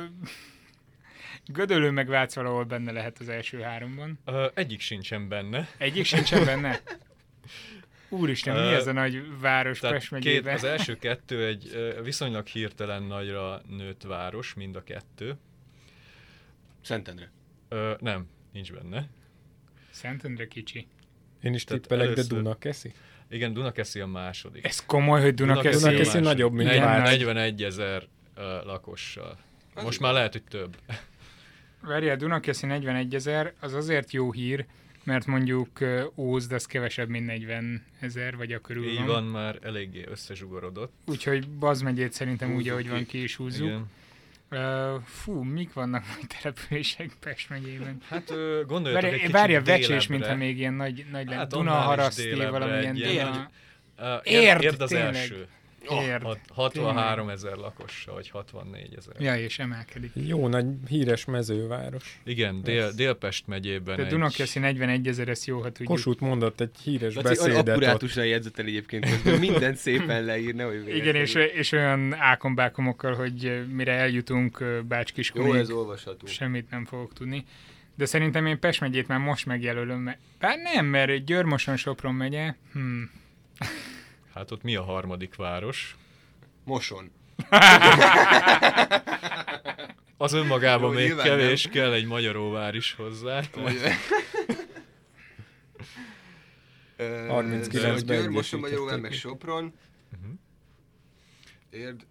S1: Gödölő meg Vác valahol benne lehet az első háromban.
S2: Ö, egyik sincsen benne.
S1: Egyik sincsen
S2: [LAUGHS]
S1: benne. Úristen, mi
S2: Ö,
S1: ez a nagy város Pest
S2: két,
S1: megyében?
S2: az e- első kettő egy ö, viszonylag hirtelen nagyra nőtt város, mind a kettő.
S4: Szentendre.
S2: Ö, nem, nincs benne.
S1: Szentendre kicsi.
S5: Én is
S2: Tehát
S5: tippelek, de
S2: először-
S5: Dunakeszi.
S2: Igen, Dunakeszi a második.
S1: Ez komoly, hogy Dunakeszi.
S5: Dunakeszi
S1: Dunakeszi.
S2: második.
S5: nagyobb, mint
S2: Negy-
S1: Vács.
S2: 41 ezer ö, lakossal. Most már lehet, hogy több.
S1: Várjál, Dunakeszi 41 ezer, az azért jó hír, mert mondjuk ö, Ózd az kevesebb, mint 40 ezer, vagy a körül
S2: Így
S1: van.
S2: van, már eléggé összezsugorodott.
S1: Úgyhogy Bazmegyét szerintem úgy,
S4: Húzzuk
S1: ahogy van,
S4: ki.
S1: ki is húzzuk.
S2: Igen.
S1: Ö, fú, mik vannak majd települések Pest megyében?
S2: Hát ö, gondoljatok egy
S1: Várj,
S2: kicsit
S1: várj a vecsés,
S2: délebre.
S1: mintha még ilyen nagy, nagy lenne.
S2: Hát annál is
S1: Dunaharaszti,
S2: délebre
S1: valamilyen
S2: egy ilyen
S1: Duna.
S2: Ö,
S1: Érd,
S2: Érd, érd az
S1: tényleg.
S2: első.
S1: Érd.
S2: Hat- 63 ezer lakossal, vagy 64 ezer.
S1: Ja, és emelkedik.
S5: Jó nagy, híres mezőváros.
S2: Igen, dél, Délpest megyében
S1: De
S2: egy...
S1: Dunakeszi 41 ezer, ezt jó, ha tudjuk.
S5: Kossuth mondott egy híres
S4: Laci, olyan
S5: beszédet ott.
S4: akkurátusan jegyzetel egyébként, közben mindent szépen leírna. Hogy
S1: Igen, és, és olyan ákombákomokkal, hogy ö, mire eljutunk ö,
S4: Jó,
S1: Bács-Kiskunig,
S4: ez olvasható.
S1: semmit nem fogok tudni. De szerintem én Pest megyét már most megjelölöm, mert... Bár nem, mert Győrmoson Sopron megye. Hmm.
S2: Hát ott mi a harmadik város?
S4: Moson.
S2: Az önmagában
S4: Jó,
S2: még
S4: nyilván
S2: kevés, kell egy magyaróvár is hozzá.
S4: Ö,
S5: 39-ben
S4: Győr, Moson, Magyaróvár,
S5: egyesítették.
S4: meg Sopron.
S2: Mhm.
S4: Érd,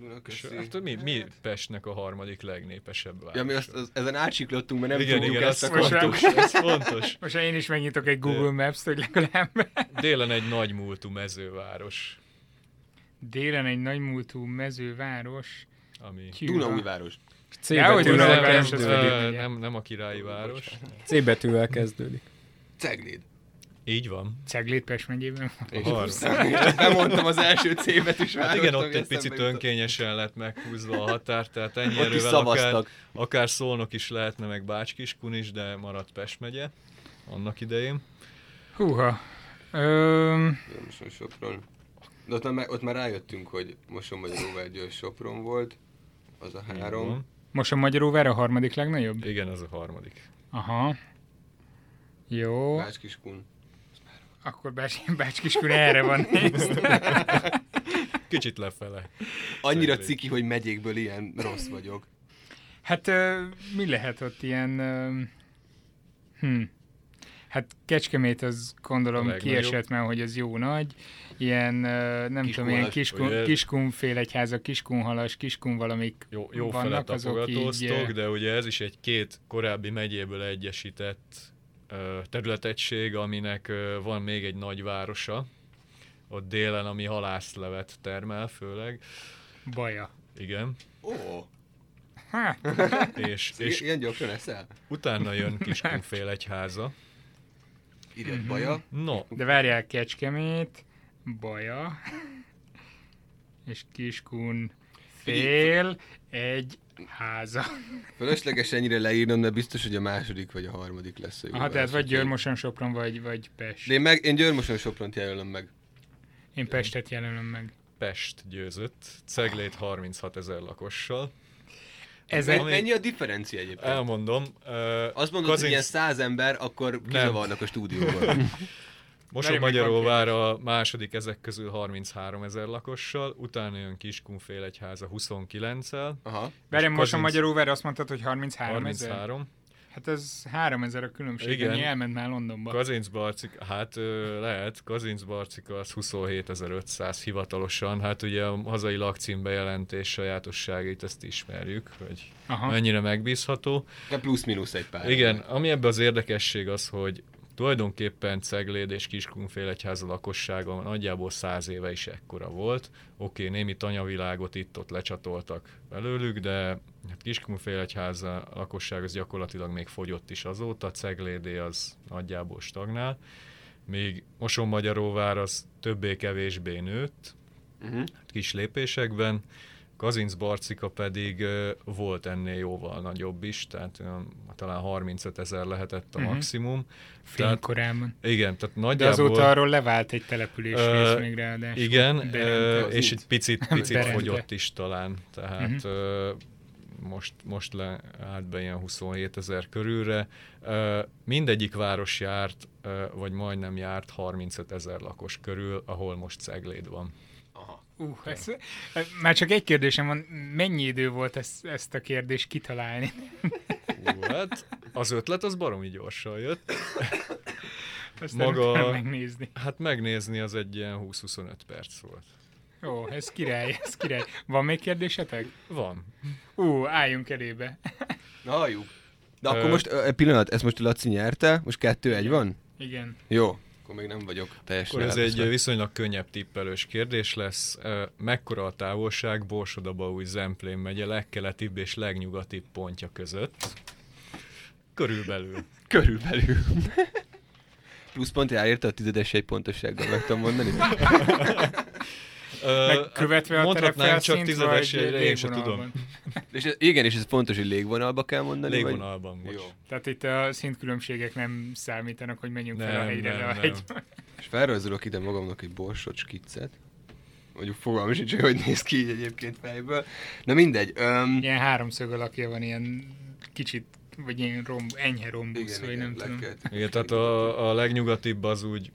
S4: Dunakeszi.
S2: És hát mi, mi Pestnek a harmadik legnépesebb város?
S4: Ja, mi azt, az, ezen átsiklottunk, mert nem
S2: igen,
S4: tudjuk
S2: igen,
S4: ezt
S2: azt
S1: akartuk.
S2: fontos, ez fontos.
S1: Most én is megnyitok egy Google Maps-t, hogy legalább... [LAUGHS]
S2: Délen egy nagy múltú mezőváros,
S1: Délen egy nagymúltú mezőváros.
S2: ami...
S1: Hűha.
S4: Dunaújváros.
S5: C
S1: Ja, hogy
S5: betűvel,
S1: Dunakeszi.
S2: nem,
S1: város, az
S5: kezdődik.
S1: pedig
S2: ö,
S1: megy.
S2: nem, nem a királyi város.
S5: C betűvel kezdődik.
S4: Cegléd.
S2: Így van.
S1: Ceglét Pest megyében?
S4: Bemondtam az első cévet is.
S2: Hát igen,
S4: várottam,
S2: ott egy
S4: eszembe
S2: picit
S4: jutott.
S2: önkényesen lett meghúzva a határ, tehát ennyi
S4: Ott is
S2: erővel akár,
S4: szavaztak.
S2: akár Szolnok is lehetne, meg Bácskiskun is, de maradt Pest megye annak idején.
S1: Húha. Ö,
S4: Nem is olyan Sopron. De ott már, ott már rájöttünk, hogy Moson Magyaróvágy Sopron volt, az a
S2: Így
S4: három.
S2: van.
S1: most a Magyaróvár a harmadik legnagyobb?
S2: Igen, az a harmadik.
S1: Aha. Jó,
S4: Bács Kiskun.
S1: akkor Bács, Bács Kiskun erre van nézve.
S2: Kicsit lefele.
S4: Annyira
S2: Szerintem.
S4: ciki, hogy megyékből ilyen rossz vagyok.
S1: Hát ö, mi lehet ott ilyen... ö, Hm. Hát Kecskemét az
S2: A
S1: gondolom
S2: legnagyobb.
S1: kiesett már, hogy az jó nagy. Ilyen, ö, nem tudom, ilyen
S4: Kiskunhalas,
S1: kiskun,
S2: ugye?
S1: kiskunfélegyháza, kiskunhalas, kiskun valamik
S2: Jó, jó fele
S1: vannak, azok így...
S2: tapogatóztok,
S1: ö,
S2: de ugye ez is egy két korábbi megyéből egyesített ö, területegység, aminek ö, van még egy nagy városa, ott délen, ami halászlevet termel főleg.
S1: Baja.
S2: Igen.
S4: Ó, oh,
S1: Hát,
S4: [LAUGHS]
S2: És,
S4: és...
S2: és
S4: ilyen gyorsan eszel?
S2: Utána jön Kiskunfél egyháza. Mhm.
S4: Írjad baja.
S2: No,
S1: De várjál, Kecskemét, Baja, és Kiskun fél egy háza.
S4: Fölösleges ennyire leírnom, de biztos, hogy a második vagy a harmadik lesz. a jó
S1: Aha, tehát
S4: válasz,
S1: Hát vagy
S4: úgyhogy-
S1: Győrmoson Sopron, vagy, vagy Pest.
S4: De én, meg, én Győrmoson Sopront jelölöm meg.
S1: Én Pestet jelölöm meg.
S2: Pest győzött, Ceglét 36 ezer lakossal.
S1: Ez
S4: Men,
S1: egy,
S2: ami-
S4: mennyi a differencia egyébként?
S2: Elmondom, ö,
S4: Azt mondod, hogy
S2: Kazinc-
S4: ilyen száz ember, akkor kizavarnak a
S2: [LAUGHS]
S4: stúdióban.
S2: Moson
S1: Várj, még van
S2: Magyaróvár a második ezek közül 33 ezer lakossal, utána jön Kiskunfél egyháza 29-el,
S4: Aha.
S1: várjál, most a
S2: Kazinc-
S1: magyarul ver, azt mondtad, hogy 33 ezer?
S2: 33.
S1: Hát ez 3 ezer a különbség,
S2: Igen.
S1: Igen. elment már Londonba.
S2: Kazinc Barcik, hát ö, lehet, Kazinc Barcika az 27.500 hivatalosan, hát ugye a hazai lakcím bejelentés sajátosságait ezt ismerjük, hogy
S1: Aha.
S2: mennyire megbízható.
S4: De plusz-minusz egy pár.
S2: Igen, ami ebben az érdekesség az, hogy tulajdonképpen Cegléd és Kiskunfélegyháza lakossága nagyjából száz éve is ekkora volt. Oké, némi tanyavilágot itt-ott lecsatoltak belőlük, de hát Kiskunfélegyháza lakosság az gyakorlatilag még fogyott is azóta, Ceglédé az nagyjából stagnál, még Mosonmagyaróvár az többé-kevésbé nőtt,
S4: Uh-huh.
S2: kis lépésekben, Kazinc Barcika pedig ö, volt ennél jóval nagyobb is, tehát ö, talán 35 ezer lehetett a
S1: Mhm.
S2: maximum.
S1: Fény korában.
S2: Tehát, igen, tehát
S1: De
S2: nagyjából...
S1: azóta arról levált egy település
S2: Ö,
S1: rész még ráadásul.
S2: Igen,
S1: Berente
S2: ö,
S1: az
S2: és
S1: út. Mhm.
S2: egy picit, picit
S1: Berente.
S2: fogyott is talán, tehát ö, most, most le, állt be ilyen 27 ezer körülre. Ö, Mindegyik város járt, ö, vagy majdnem járt 35 ezer lakos körül, ahol most Cegléd van.
S4: Aha.
S1: Uh, ez, már csak egy kérdésem van, mennyi idő volt ezt, ezt a kérdést kitalálni? [LAUGHS]
S2: Ú, Hát az ötlet az baromi gyorsan jött.
S1: Ezt
S2: Maga-
S1: Maga... nem tudom megnézni.
S2: Hát megnézni az egy ilyen 20-25 perc volt.
S1: Ó, ez király, ez király. Van még kérdésetek?
S2: Van.
S1: Ú, álljunk elébe.
S4: Na, halljuk. De akkor
S2: Ö,
S4: most, ö, egy pillanat, ezt most a Laci nyerte, most kettő-egy van?
S1: Igen.
S4: Jó. Akkor még nem vagyok teljesen
S2: Akkor ez
S4: elveszve.
S2: egy viszonylag könnyebb tippelős kérdés lesz. Ö, Mekkora a távolság Borsodabaúj Zemplén megye legkeletibb és legnyugatibb pontja között? Körülbelül.
S4: Körülbelül. [LAUGHS] Plusz pont elérte a tizedes egy pontossággal, meg tudom mondani.
S2: Ö, hát
S1: Megkövetve a terep
S2: Mondhatnánk csak
S1: felszínt,
S2: tizedes,
S1: vagy
S2: én sem
S1: légvonalban?
S2: tudom.
S4: és ez, igen, és ez fontos, hogy légvonalba kell mondani.
S2: Légvonalban,
S4: Vagy...
S2: bocs.
S4: Jó.
S1: Tehát itt a szintkülönbségek nem számítanak, hogy menjünk fel a
S2: Nem,
S1: hegyre,
S2: nem,
S1: le a
S2: nem.
S1: hegyre.
S4: És felrajzolok ide magamnak egy borsot skiccet. Mondjuk fogalmam sincs, hogy hogy néz ki így egyébként fejből. Na mindegy. Öm,
S1: [LAUGHS] Ilyen háromszög alakja van, ilyen kicsit, vagy ilyen romb, enyhe rombusz, vagy nem tudom.
S4: legkelt.
S2: Igen, tehát a, a legnyugatibb az úgy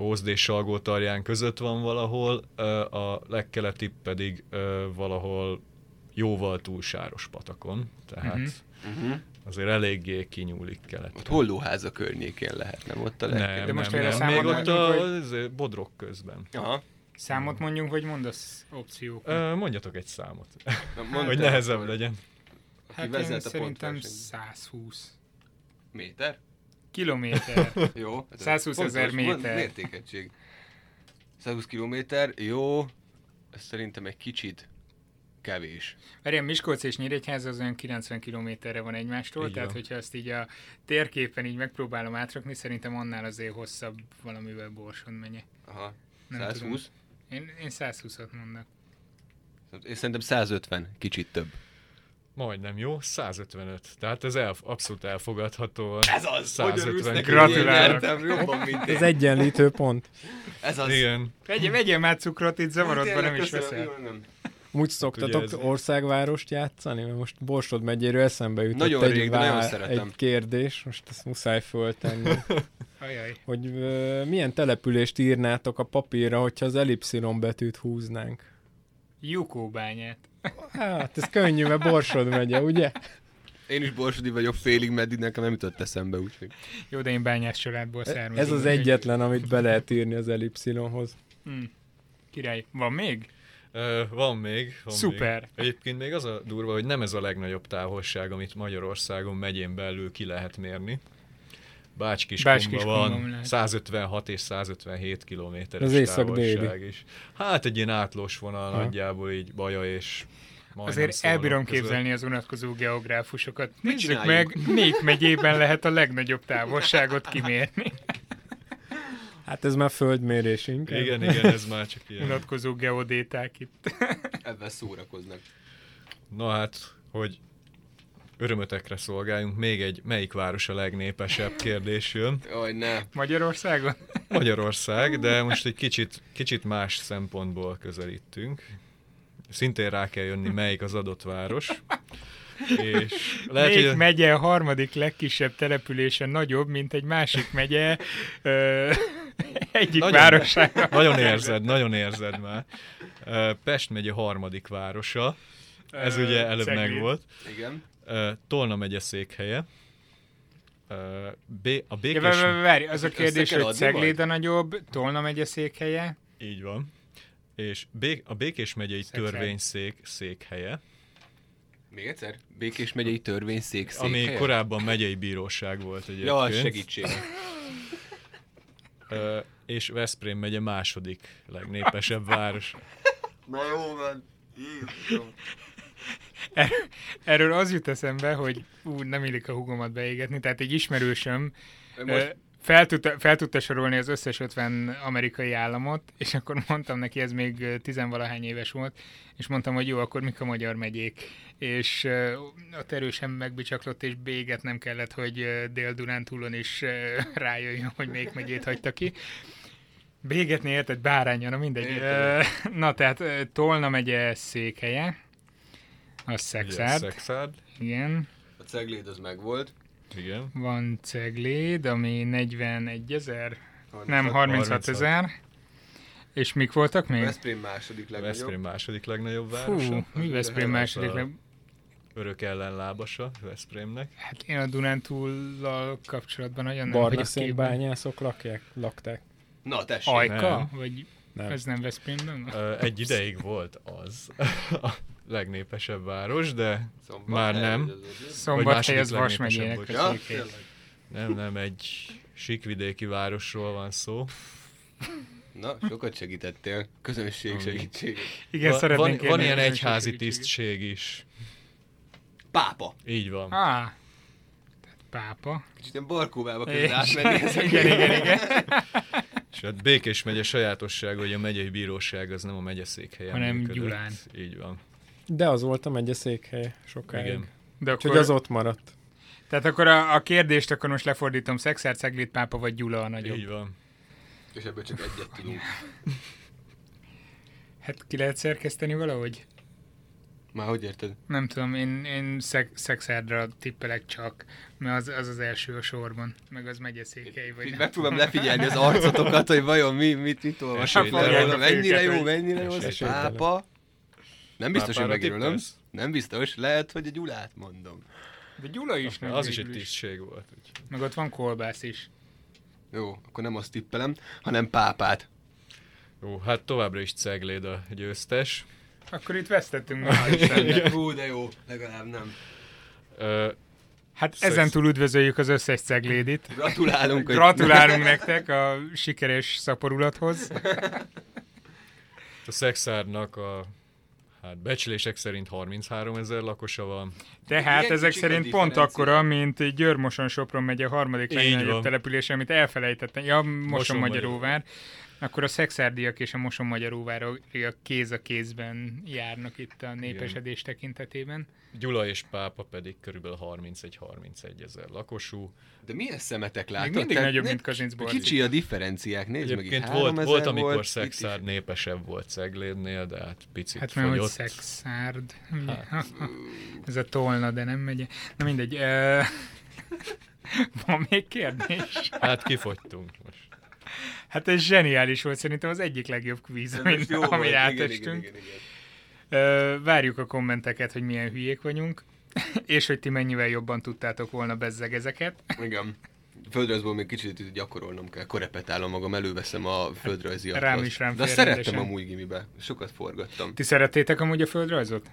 S2: Ózd és Salgótarján között van valahol, ö, a legkeletibb pedig ö, valahol jóval túl sáros patakon, tehát
S1: Mhm.
S4: Uh-huh.
S2: azért eléggé kinyúlik kelet.
S4: Ott hollóháza környékén lehet, nem ott a legkelt.
S2: Nem,
S1: de
S2: de
S1: most
S2: most nem,
S1: erre
S2: nem.
S1: számot
S2: Még ott
S1: mondjuk,
S2: a,
S1: hogy-
S2: izé, bodrog közben.
S4: Aha.
S1: Számot mondjunk, vagy mondasz opciókat?
S2: Ö, Mondjatok egy számot, [LAUGHS]
S4: Na,
S1: Mondd
S2: hogy
S4: te,
S2: nehezebb
S4: akkor
S2: legyen.
S1: Hát
S4: vezet
S1: én
S4: a
S1: szerintem
S4: pontverseny.
S1: 120
S4: Méter?
S2: [LAUGHS]
S1: kilométer.
S4: Jó. Hát ez
S1: 120 ezer
S4: fontos, mond-
S1: méter.
S4: Mértékegység. 120 kilométer, jó. Ez szerintem egy kicsit kávé is.
S1: Mert Miskolc és Nyíregyház az olyan 90 kilométerre van egymástól, így tehát van. hogyha azt így a térképen így megpróbálom átrakni, szerintem annál azért hosszabb valamivel Borson menye.
S4: Aha. Nem 120?
S1: Tudom. Én, én 120-at mondok.
S4: Szóval Én szerintem 150, kicsit több.
S2: Majdnem jó, 155. Tehát ez el, abszolút elfogadható.
S4: Ez az! 150.
S1: Gratulálok.
S4: Jobban, mint én.
S5: Ez egyenlítő pont.
S4: Ez az.
S2: Igen.
S1: Vegyél, vegyél már cukrot, itt zavarodban nem is
S4: Köszönöm,
S1: veszel.
S4: jó, nem.
S5: Úgy
S4: Hát
S5: szoktatok
S2: ez-
S5: országvárost játszani? Mert most Borsod megyéről eszembe jutott
S4: Nagyon
S5: egy,
S4: rég, de nagyon szeretem.
S5: egy kérdés, most ezt muszáj
S4: [LAUGHS]
S5: föltenni,
S1: Ajaj.
S5: hogy ö, milyen települést írnátok a papírra, hogyha az elipszilon betűt húznánk?
S1: Jukóbányát.
S5: Hát, ez könnyű, mert Borsod megye, ugye?
S4: Én is borsodi vagyok félig, meddig nekem nem jutott eszembe, úgyhogy.
S1: Jó, de én bányás családból származom.
S5: E- Ez az
S1: úgyhogy-
S5: egyetlen, amit be lehet írni az elipszilonhoz.
S1: Mm. Király. Van még?
S2: Ö, van még. Van
S1: Szuper.
S2: Még. Egyébként még az a durva, hogy nem ez a legnagyobb távolság, amit Magyarországon megyén belül ki lehet mérni. Bácskiskomba
S1: Bács-Kiskunban
S2: van
S1: lehet.
S2: 156 és 157 kilométeres
S5: Az észak-déli.
S2: távolság is. Hát egy ilyen átlós vonal
S5: Ha.
S2: nagyjából így Baja és majdnem
S1: Azért
S2: Szolnok
S1: elbírom
S2: között.
S1: képzelni az unatkozó geográfusokat. Nézzük
S4: csináljunk?
S1: meg, melyik megyében lehet a legnagyobb távolságot kimérni.
S5: Hát ez már földmérés inkább.
S2: Igen, igen, ez már csak ilyen.
S1: Unatkozó geodéták itt. [LAUGHS]
S4: Ebben szórakoznak.
S2: Na hát, hogy örömötekre szolgáljunk, még egy melyik város a legnépesebb kérdés jön.
S4: Jaj, ne.
S1: Magyarországon?
S2: Magyarország, de most egy kicsit, kicsit más szempontból közelítünk. Szintén rá kell jönni, melyik az adott város. És lehet,
S1: Melyik
S2: hogy
S1: megye a harmadik legkisebb települése nagyobb, mint egy másik megye ö, [LAUGHS] egyik
S2: Nagyon-
S1: városának?
S2: nagyon érzed, nagyon érzed már. Ö, Pest megye harmadik városa, [LAUGHS] ez
S1: Ö,
S2: ugye előbb
S1: Cegléd.
S2: megvolt.
S4: Igen.
S2: Ö, Tolna megye székhelye. Ö, B- A
S1: Ja,
S2: Békés...
S1: várj, várj, várj, az a
S4: Ezt össze
S1: kérdés,
S4: kell
S1: hogy
S4: adni majd?
S1: Cegléd a nagyobb, Tolna megye székhelye,
S2: Így van. És Bé- a Békés megyei
S1: Szexuális.
S2: törvényszék székhelye,
S4: Még egyszer? Békés megyei törvényszék
S2: ami
S4: székhelye?
S2: korábban megyei bíróság volt egyébként.
S4: Ja, segítség.
S2: Ö, és Veszprém megye második legnépesebb
S1: [LAUGHS]
S2: város.
S4: Na jó van.
S1: Erről az jut eszembe, hogy ú, nem illik a hugomat beégetni, tehát egy ismerősöm
S4: Most
S1: ö, fel, tudta, fel tudta sorolni az összes 50 amerikai államot, és akkor [LAUGHS] mondtam neki, ez még ö, tizenvalahány éves volt, és mondtam, hogy jó, akkor mik a magyar megyék. És ö, ott erősen megbicsaklott, és béget nem kellett, hogy ö, Dél-Dunántúlon is ö, [LAUGHS] rájöjjön, hogy melyik megyét hagyta ki. Bégetni érted, bárányja, na mindegy.
S4: Értem.
S1: Ö, na, tehát ö, Tolna megye székhelye, az Szexárd,
S2: Szexárd.
S1: igen.
S4: a cegléd az megvolt.
S2: Igen.
S1: Van cegléd, ami 41 ezer, nem 36 ezer. És mik voltak még?
S4: Veszprém második
S2: Veszprém
S4: legnagyobb.
S2: második legnagyobb városa.
S1: Fú, mi Veszprém második? leg-
S2: Örök ellenlábasa Veszprémnek.
S1: Hát én a Dunántúllal kapcsolatban nagyon nem
S5: Barna
S1: vagyok képben.
S5: szénbányászok lakják, lakták.
S4: Na tessék.
S1: Ajka?
S2: Nem.
S1: Vagy
S5: Nem.
S1: ez nem Veszprémben van?
S2: Ö, Egy ideig volt az [LAUGHS] a legnépesebb város, de
S4: Szombat,
S2: már nem.
S4: elhagyozódott.
S1: Szombathely
S2: második
S1: az Vas
S2: legnépesebb
S1: megyének
S2: volt.
S1: a
S4: Ja,
S1: székhelye.
S4: tényleg.
S2: Nem, nem, egy síkvidéki városról van szó.
S4: Na, sokat segítettél. Közönség
S2: Ami-
S4: segítség.
S1: Igen,
S2: van,
S1: szeretnénk
S2: van,
S1: kérni
S2: van ilyen
S1: bizonyos
S2: egyházi
S1: segítséget.
S2: tisztség is.
S4: Pápa.
S2: Így van.
S1: Á, tehát pápa.
S4: Kicsit ilyen barkóvába
S1: És- [LAUGHS]
S4: kell átmenni.
S1: Igen, igen, igen.
S2: És hát Békés megye sajátossága, hogy a megyei bíróság az nem a megyeszékhelyen
S1: Hanem
S2: működött.
S1: Gyulán.
S2: Így van.
S5: De az volt a megye székhelye sokáig.
S2: Igen.
S5: Igen.
S1: De
S5: Úgyhogy az ott maradt.
S1: Tehát akkor a, a kérdést akkor most lefordítom, Szexárd, Cegléd, Pápa vagy Gyula a nagyobb?
S2: Így van.
S4: És ebből csak egyet tudunk.
S1: Hát ki lehet szerkeszteni valahogy?
S4: Már hogy érted?
S1: Nem tudom, én, én szek, szexárdra tippelek csak, mert az az, az első a sorban, meg az megyeszékei, vagy
S4: Így
S1: nem.
S4: megpróbálom lefigyelni az arcotokat, hogy vajon mi, mit, mit olvasok.
S2: Esélytelen.
S4: Mennyire jó,
S1: Fogják a fülket,
S4: mennyire jó,
S1: hogy-
S4: mennyire jó. az
S5: Esélytelen.
S4: Pápa. Nem biztos, hogy
S2: Pápára
S4: megírulom.
S2: tippelsz?
S4: Nem biztos, lehet, hogy a Gyulát mondom.
S1: De Gyula is nem
S2: Az is egy
S1: végül
S2: tisztség volt. Úgy.
S1: Meg ott van kolbász is.
S4: Jó, akkor nem azt tippelem, hanem pápát.
S2: Jó, hát továbbra is Cegléd a győztes.
S1: Akkor itt vesztettünk [LAUGHS] már Istennek.
S4: Hú, de jó, legalább nem.
S2: Ö,
S1: Hát
S2: Szex-
S1: ezentúl üdvözöljük az összes ceglédit.
S4: Gratulálunk, hogy
S1: Gratulálunk nektek a sikeres szaporulathoz.
S2: a Szexárnak a Hát becslések szerint 33 ezer lakosa van.
S1: Tehát
S4: Igen,
S1: hát ezek
S4: kicsik a
S1: szerint pont
S4: differencia.
S1: akkora, mint Győrmoson Sopron megy a harmadik
S2: Így
S1: legnagyobb
S2: van.
S1: település, amit elfelejtettem. Ja, Moson-Magyaróvár.
S2: Moson-Magyaróvár.
S1: Akkor a szexárdiak és a Moson-Magyaróváriak kéz a kézben járnak itt a népesedés tekintetében.
S2: Gyula és Pápa pedig körülbelül 31-31 ezer lakosú.
S4: [LAUGHS] De milyen szemetek látod?
S1: Még mindig
S4: Tehát
S1: nagyobb,
S4: nem-
S1: mint Kazincborg.
S4: Kicsi a differenciák, nézd meg itt
S2: Egyébként
S4: 3000
S2: volt, volt, amikor
S4: itt is.
S2: Szexárd népesebb volt Ceglédnél, de hát picit
S1: Hát mert hogy
S2: fogyott.
S1: szexárd.
S2: Hát.
S1: [LAUGHS] Ez a tolna, de nem megy. Na mindegy. ö, [LAUGHS] Van még
S2: [LAUGHS]
S1: kérdés?
S2: Hát kifogytunk most.
S1: Hát ez zseniális volt, szerintem az egyik legjobb kvíz, [LAUGHS]
S4: Ez
S1: amit,
S4: most jó volt,
S1: amit
S4: igen, igen,
S1: átestünk.
S4: igen, igen.
S1: Ö, Várjuk a kommenteket, hogy milyen hülyék vagyunk, [LAUGHS] és hogy ti mennyivel jobban tudtátok volna bezzeg ezeket.
S4: Igen. Földrajzból még kicsit gyakorolnom kell, korepetálom magam, előveszem a földrajzi
S1: Hát,
S4: atlaszt.
S1: rám is rám
S4: De azt
S1: fér
S4: szerettem
S1: rendesen.
S4: amúgy gimibe, sokat forgattam.
S1: Ti szerettétek amúgy a földrajzot?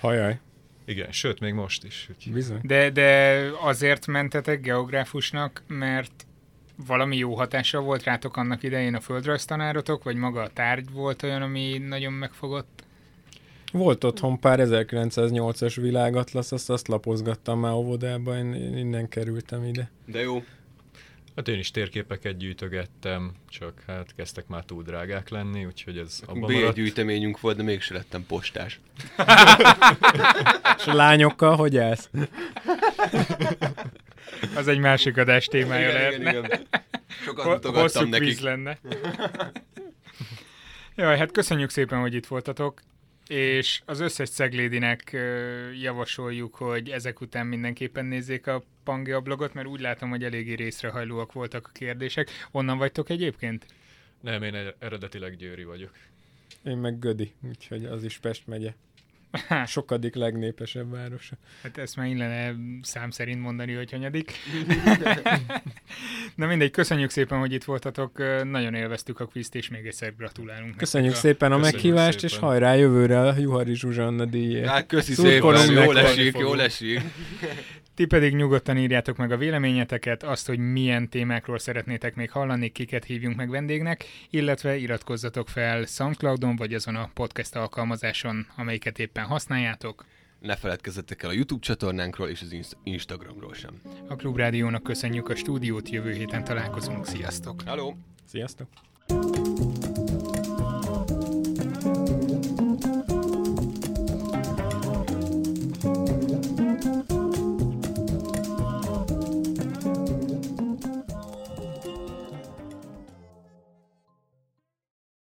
S5: Hajaj,
S2: Igen, sőt, még most is. Úgy.
S5: bizony.
S1: De, de azért mentetek geográfusnak, mert valami jó hatása volt rátok annak idején a földrajztanárotok, vagy maga a tárgy volt olyan, ami nagyon megfogott?
S5: Volt otthon pár 1908-as világatlasz, azt, azt lapozgattam már óvodában, én, én innen kerültem ide.
S4: De jó,
S2: Hát én is térképeket gyűjtögettem, csak hát kezdtek már túl drágák lenni, úgyhogy ez abban
S4: B
S2: maradt.
S4: gyűjteményünk volt, de mégse lettem postás.
S5: És a lányokkal hogy állsz?
S1: Az egy másik adás témája lehetne.
S4: igen. Sokat
S1: Ho-
S4: mutogattam
S1: hosszú
S4: nekik.
S1: kvíz lenne. [LAUGHS] Jaj, hát köszönjük szépen, hogy itt voltatok, és az összes ceglédinek ö, javasoljuk, hogy ezek után mindenképpen nézzék a Pangea blogot, mert úgy látom, hogy eléggé részrehajlóak voltak a kérdések. Onnan vagytok egyébként?
S2: Nem, én e- eredetileg Győri vagyok.
S5: Én meg Gödi, úgyhogy az is Pest megye. Sokadik legnépesebb városa.
S1: Hát ezt már illene szám szerint mondani, hogy hanyadik. [LAUGHS] Na mindegy, köszönjük szépen, hogy itt voltatok, Ö, nagyon élveztük a kvízt, és még egyszer gratulálunk. nektek
S5: Köszönjük
S1: a-
S5: szépen a
S2: Köszönjük
S5: meghívást, és
S2: szépen.
S5: hajrá jövőre a Juhari Zsuzsanna díjért.
S4: Hát köszi
S5: Szurkolunk
S4: szépen, jól
S5: nektek.
S4: esik, jól esik.
S1: Ti pedig nyugodtan írjátok meg a véleményeteket, azt, hogy milyen témákról szeretnétek még hallani, kiket hívjunk meg vendégnek, illetve iratkozzatok fel Soundcloudon, vagy azon a podcast alkalmazáson, amelyiket éppen használjátok.
S4: Ne feledkezzetek el a YouTube csatornánkról és az Inst- Instagramról sem.
S1: A Klubrádiónak köszönjük a stúdiót, jövő héten találkozunk, sziasztok!
S4: Hello!
S5: Sziasztok!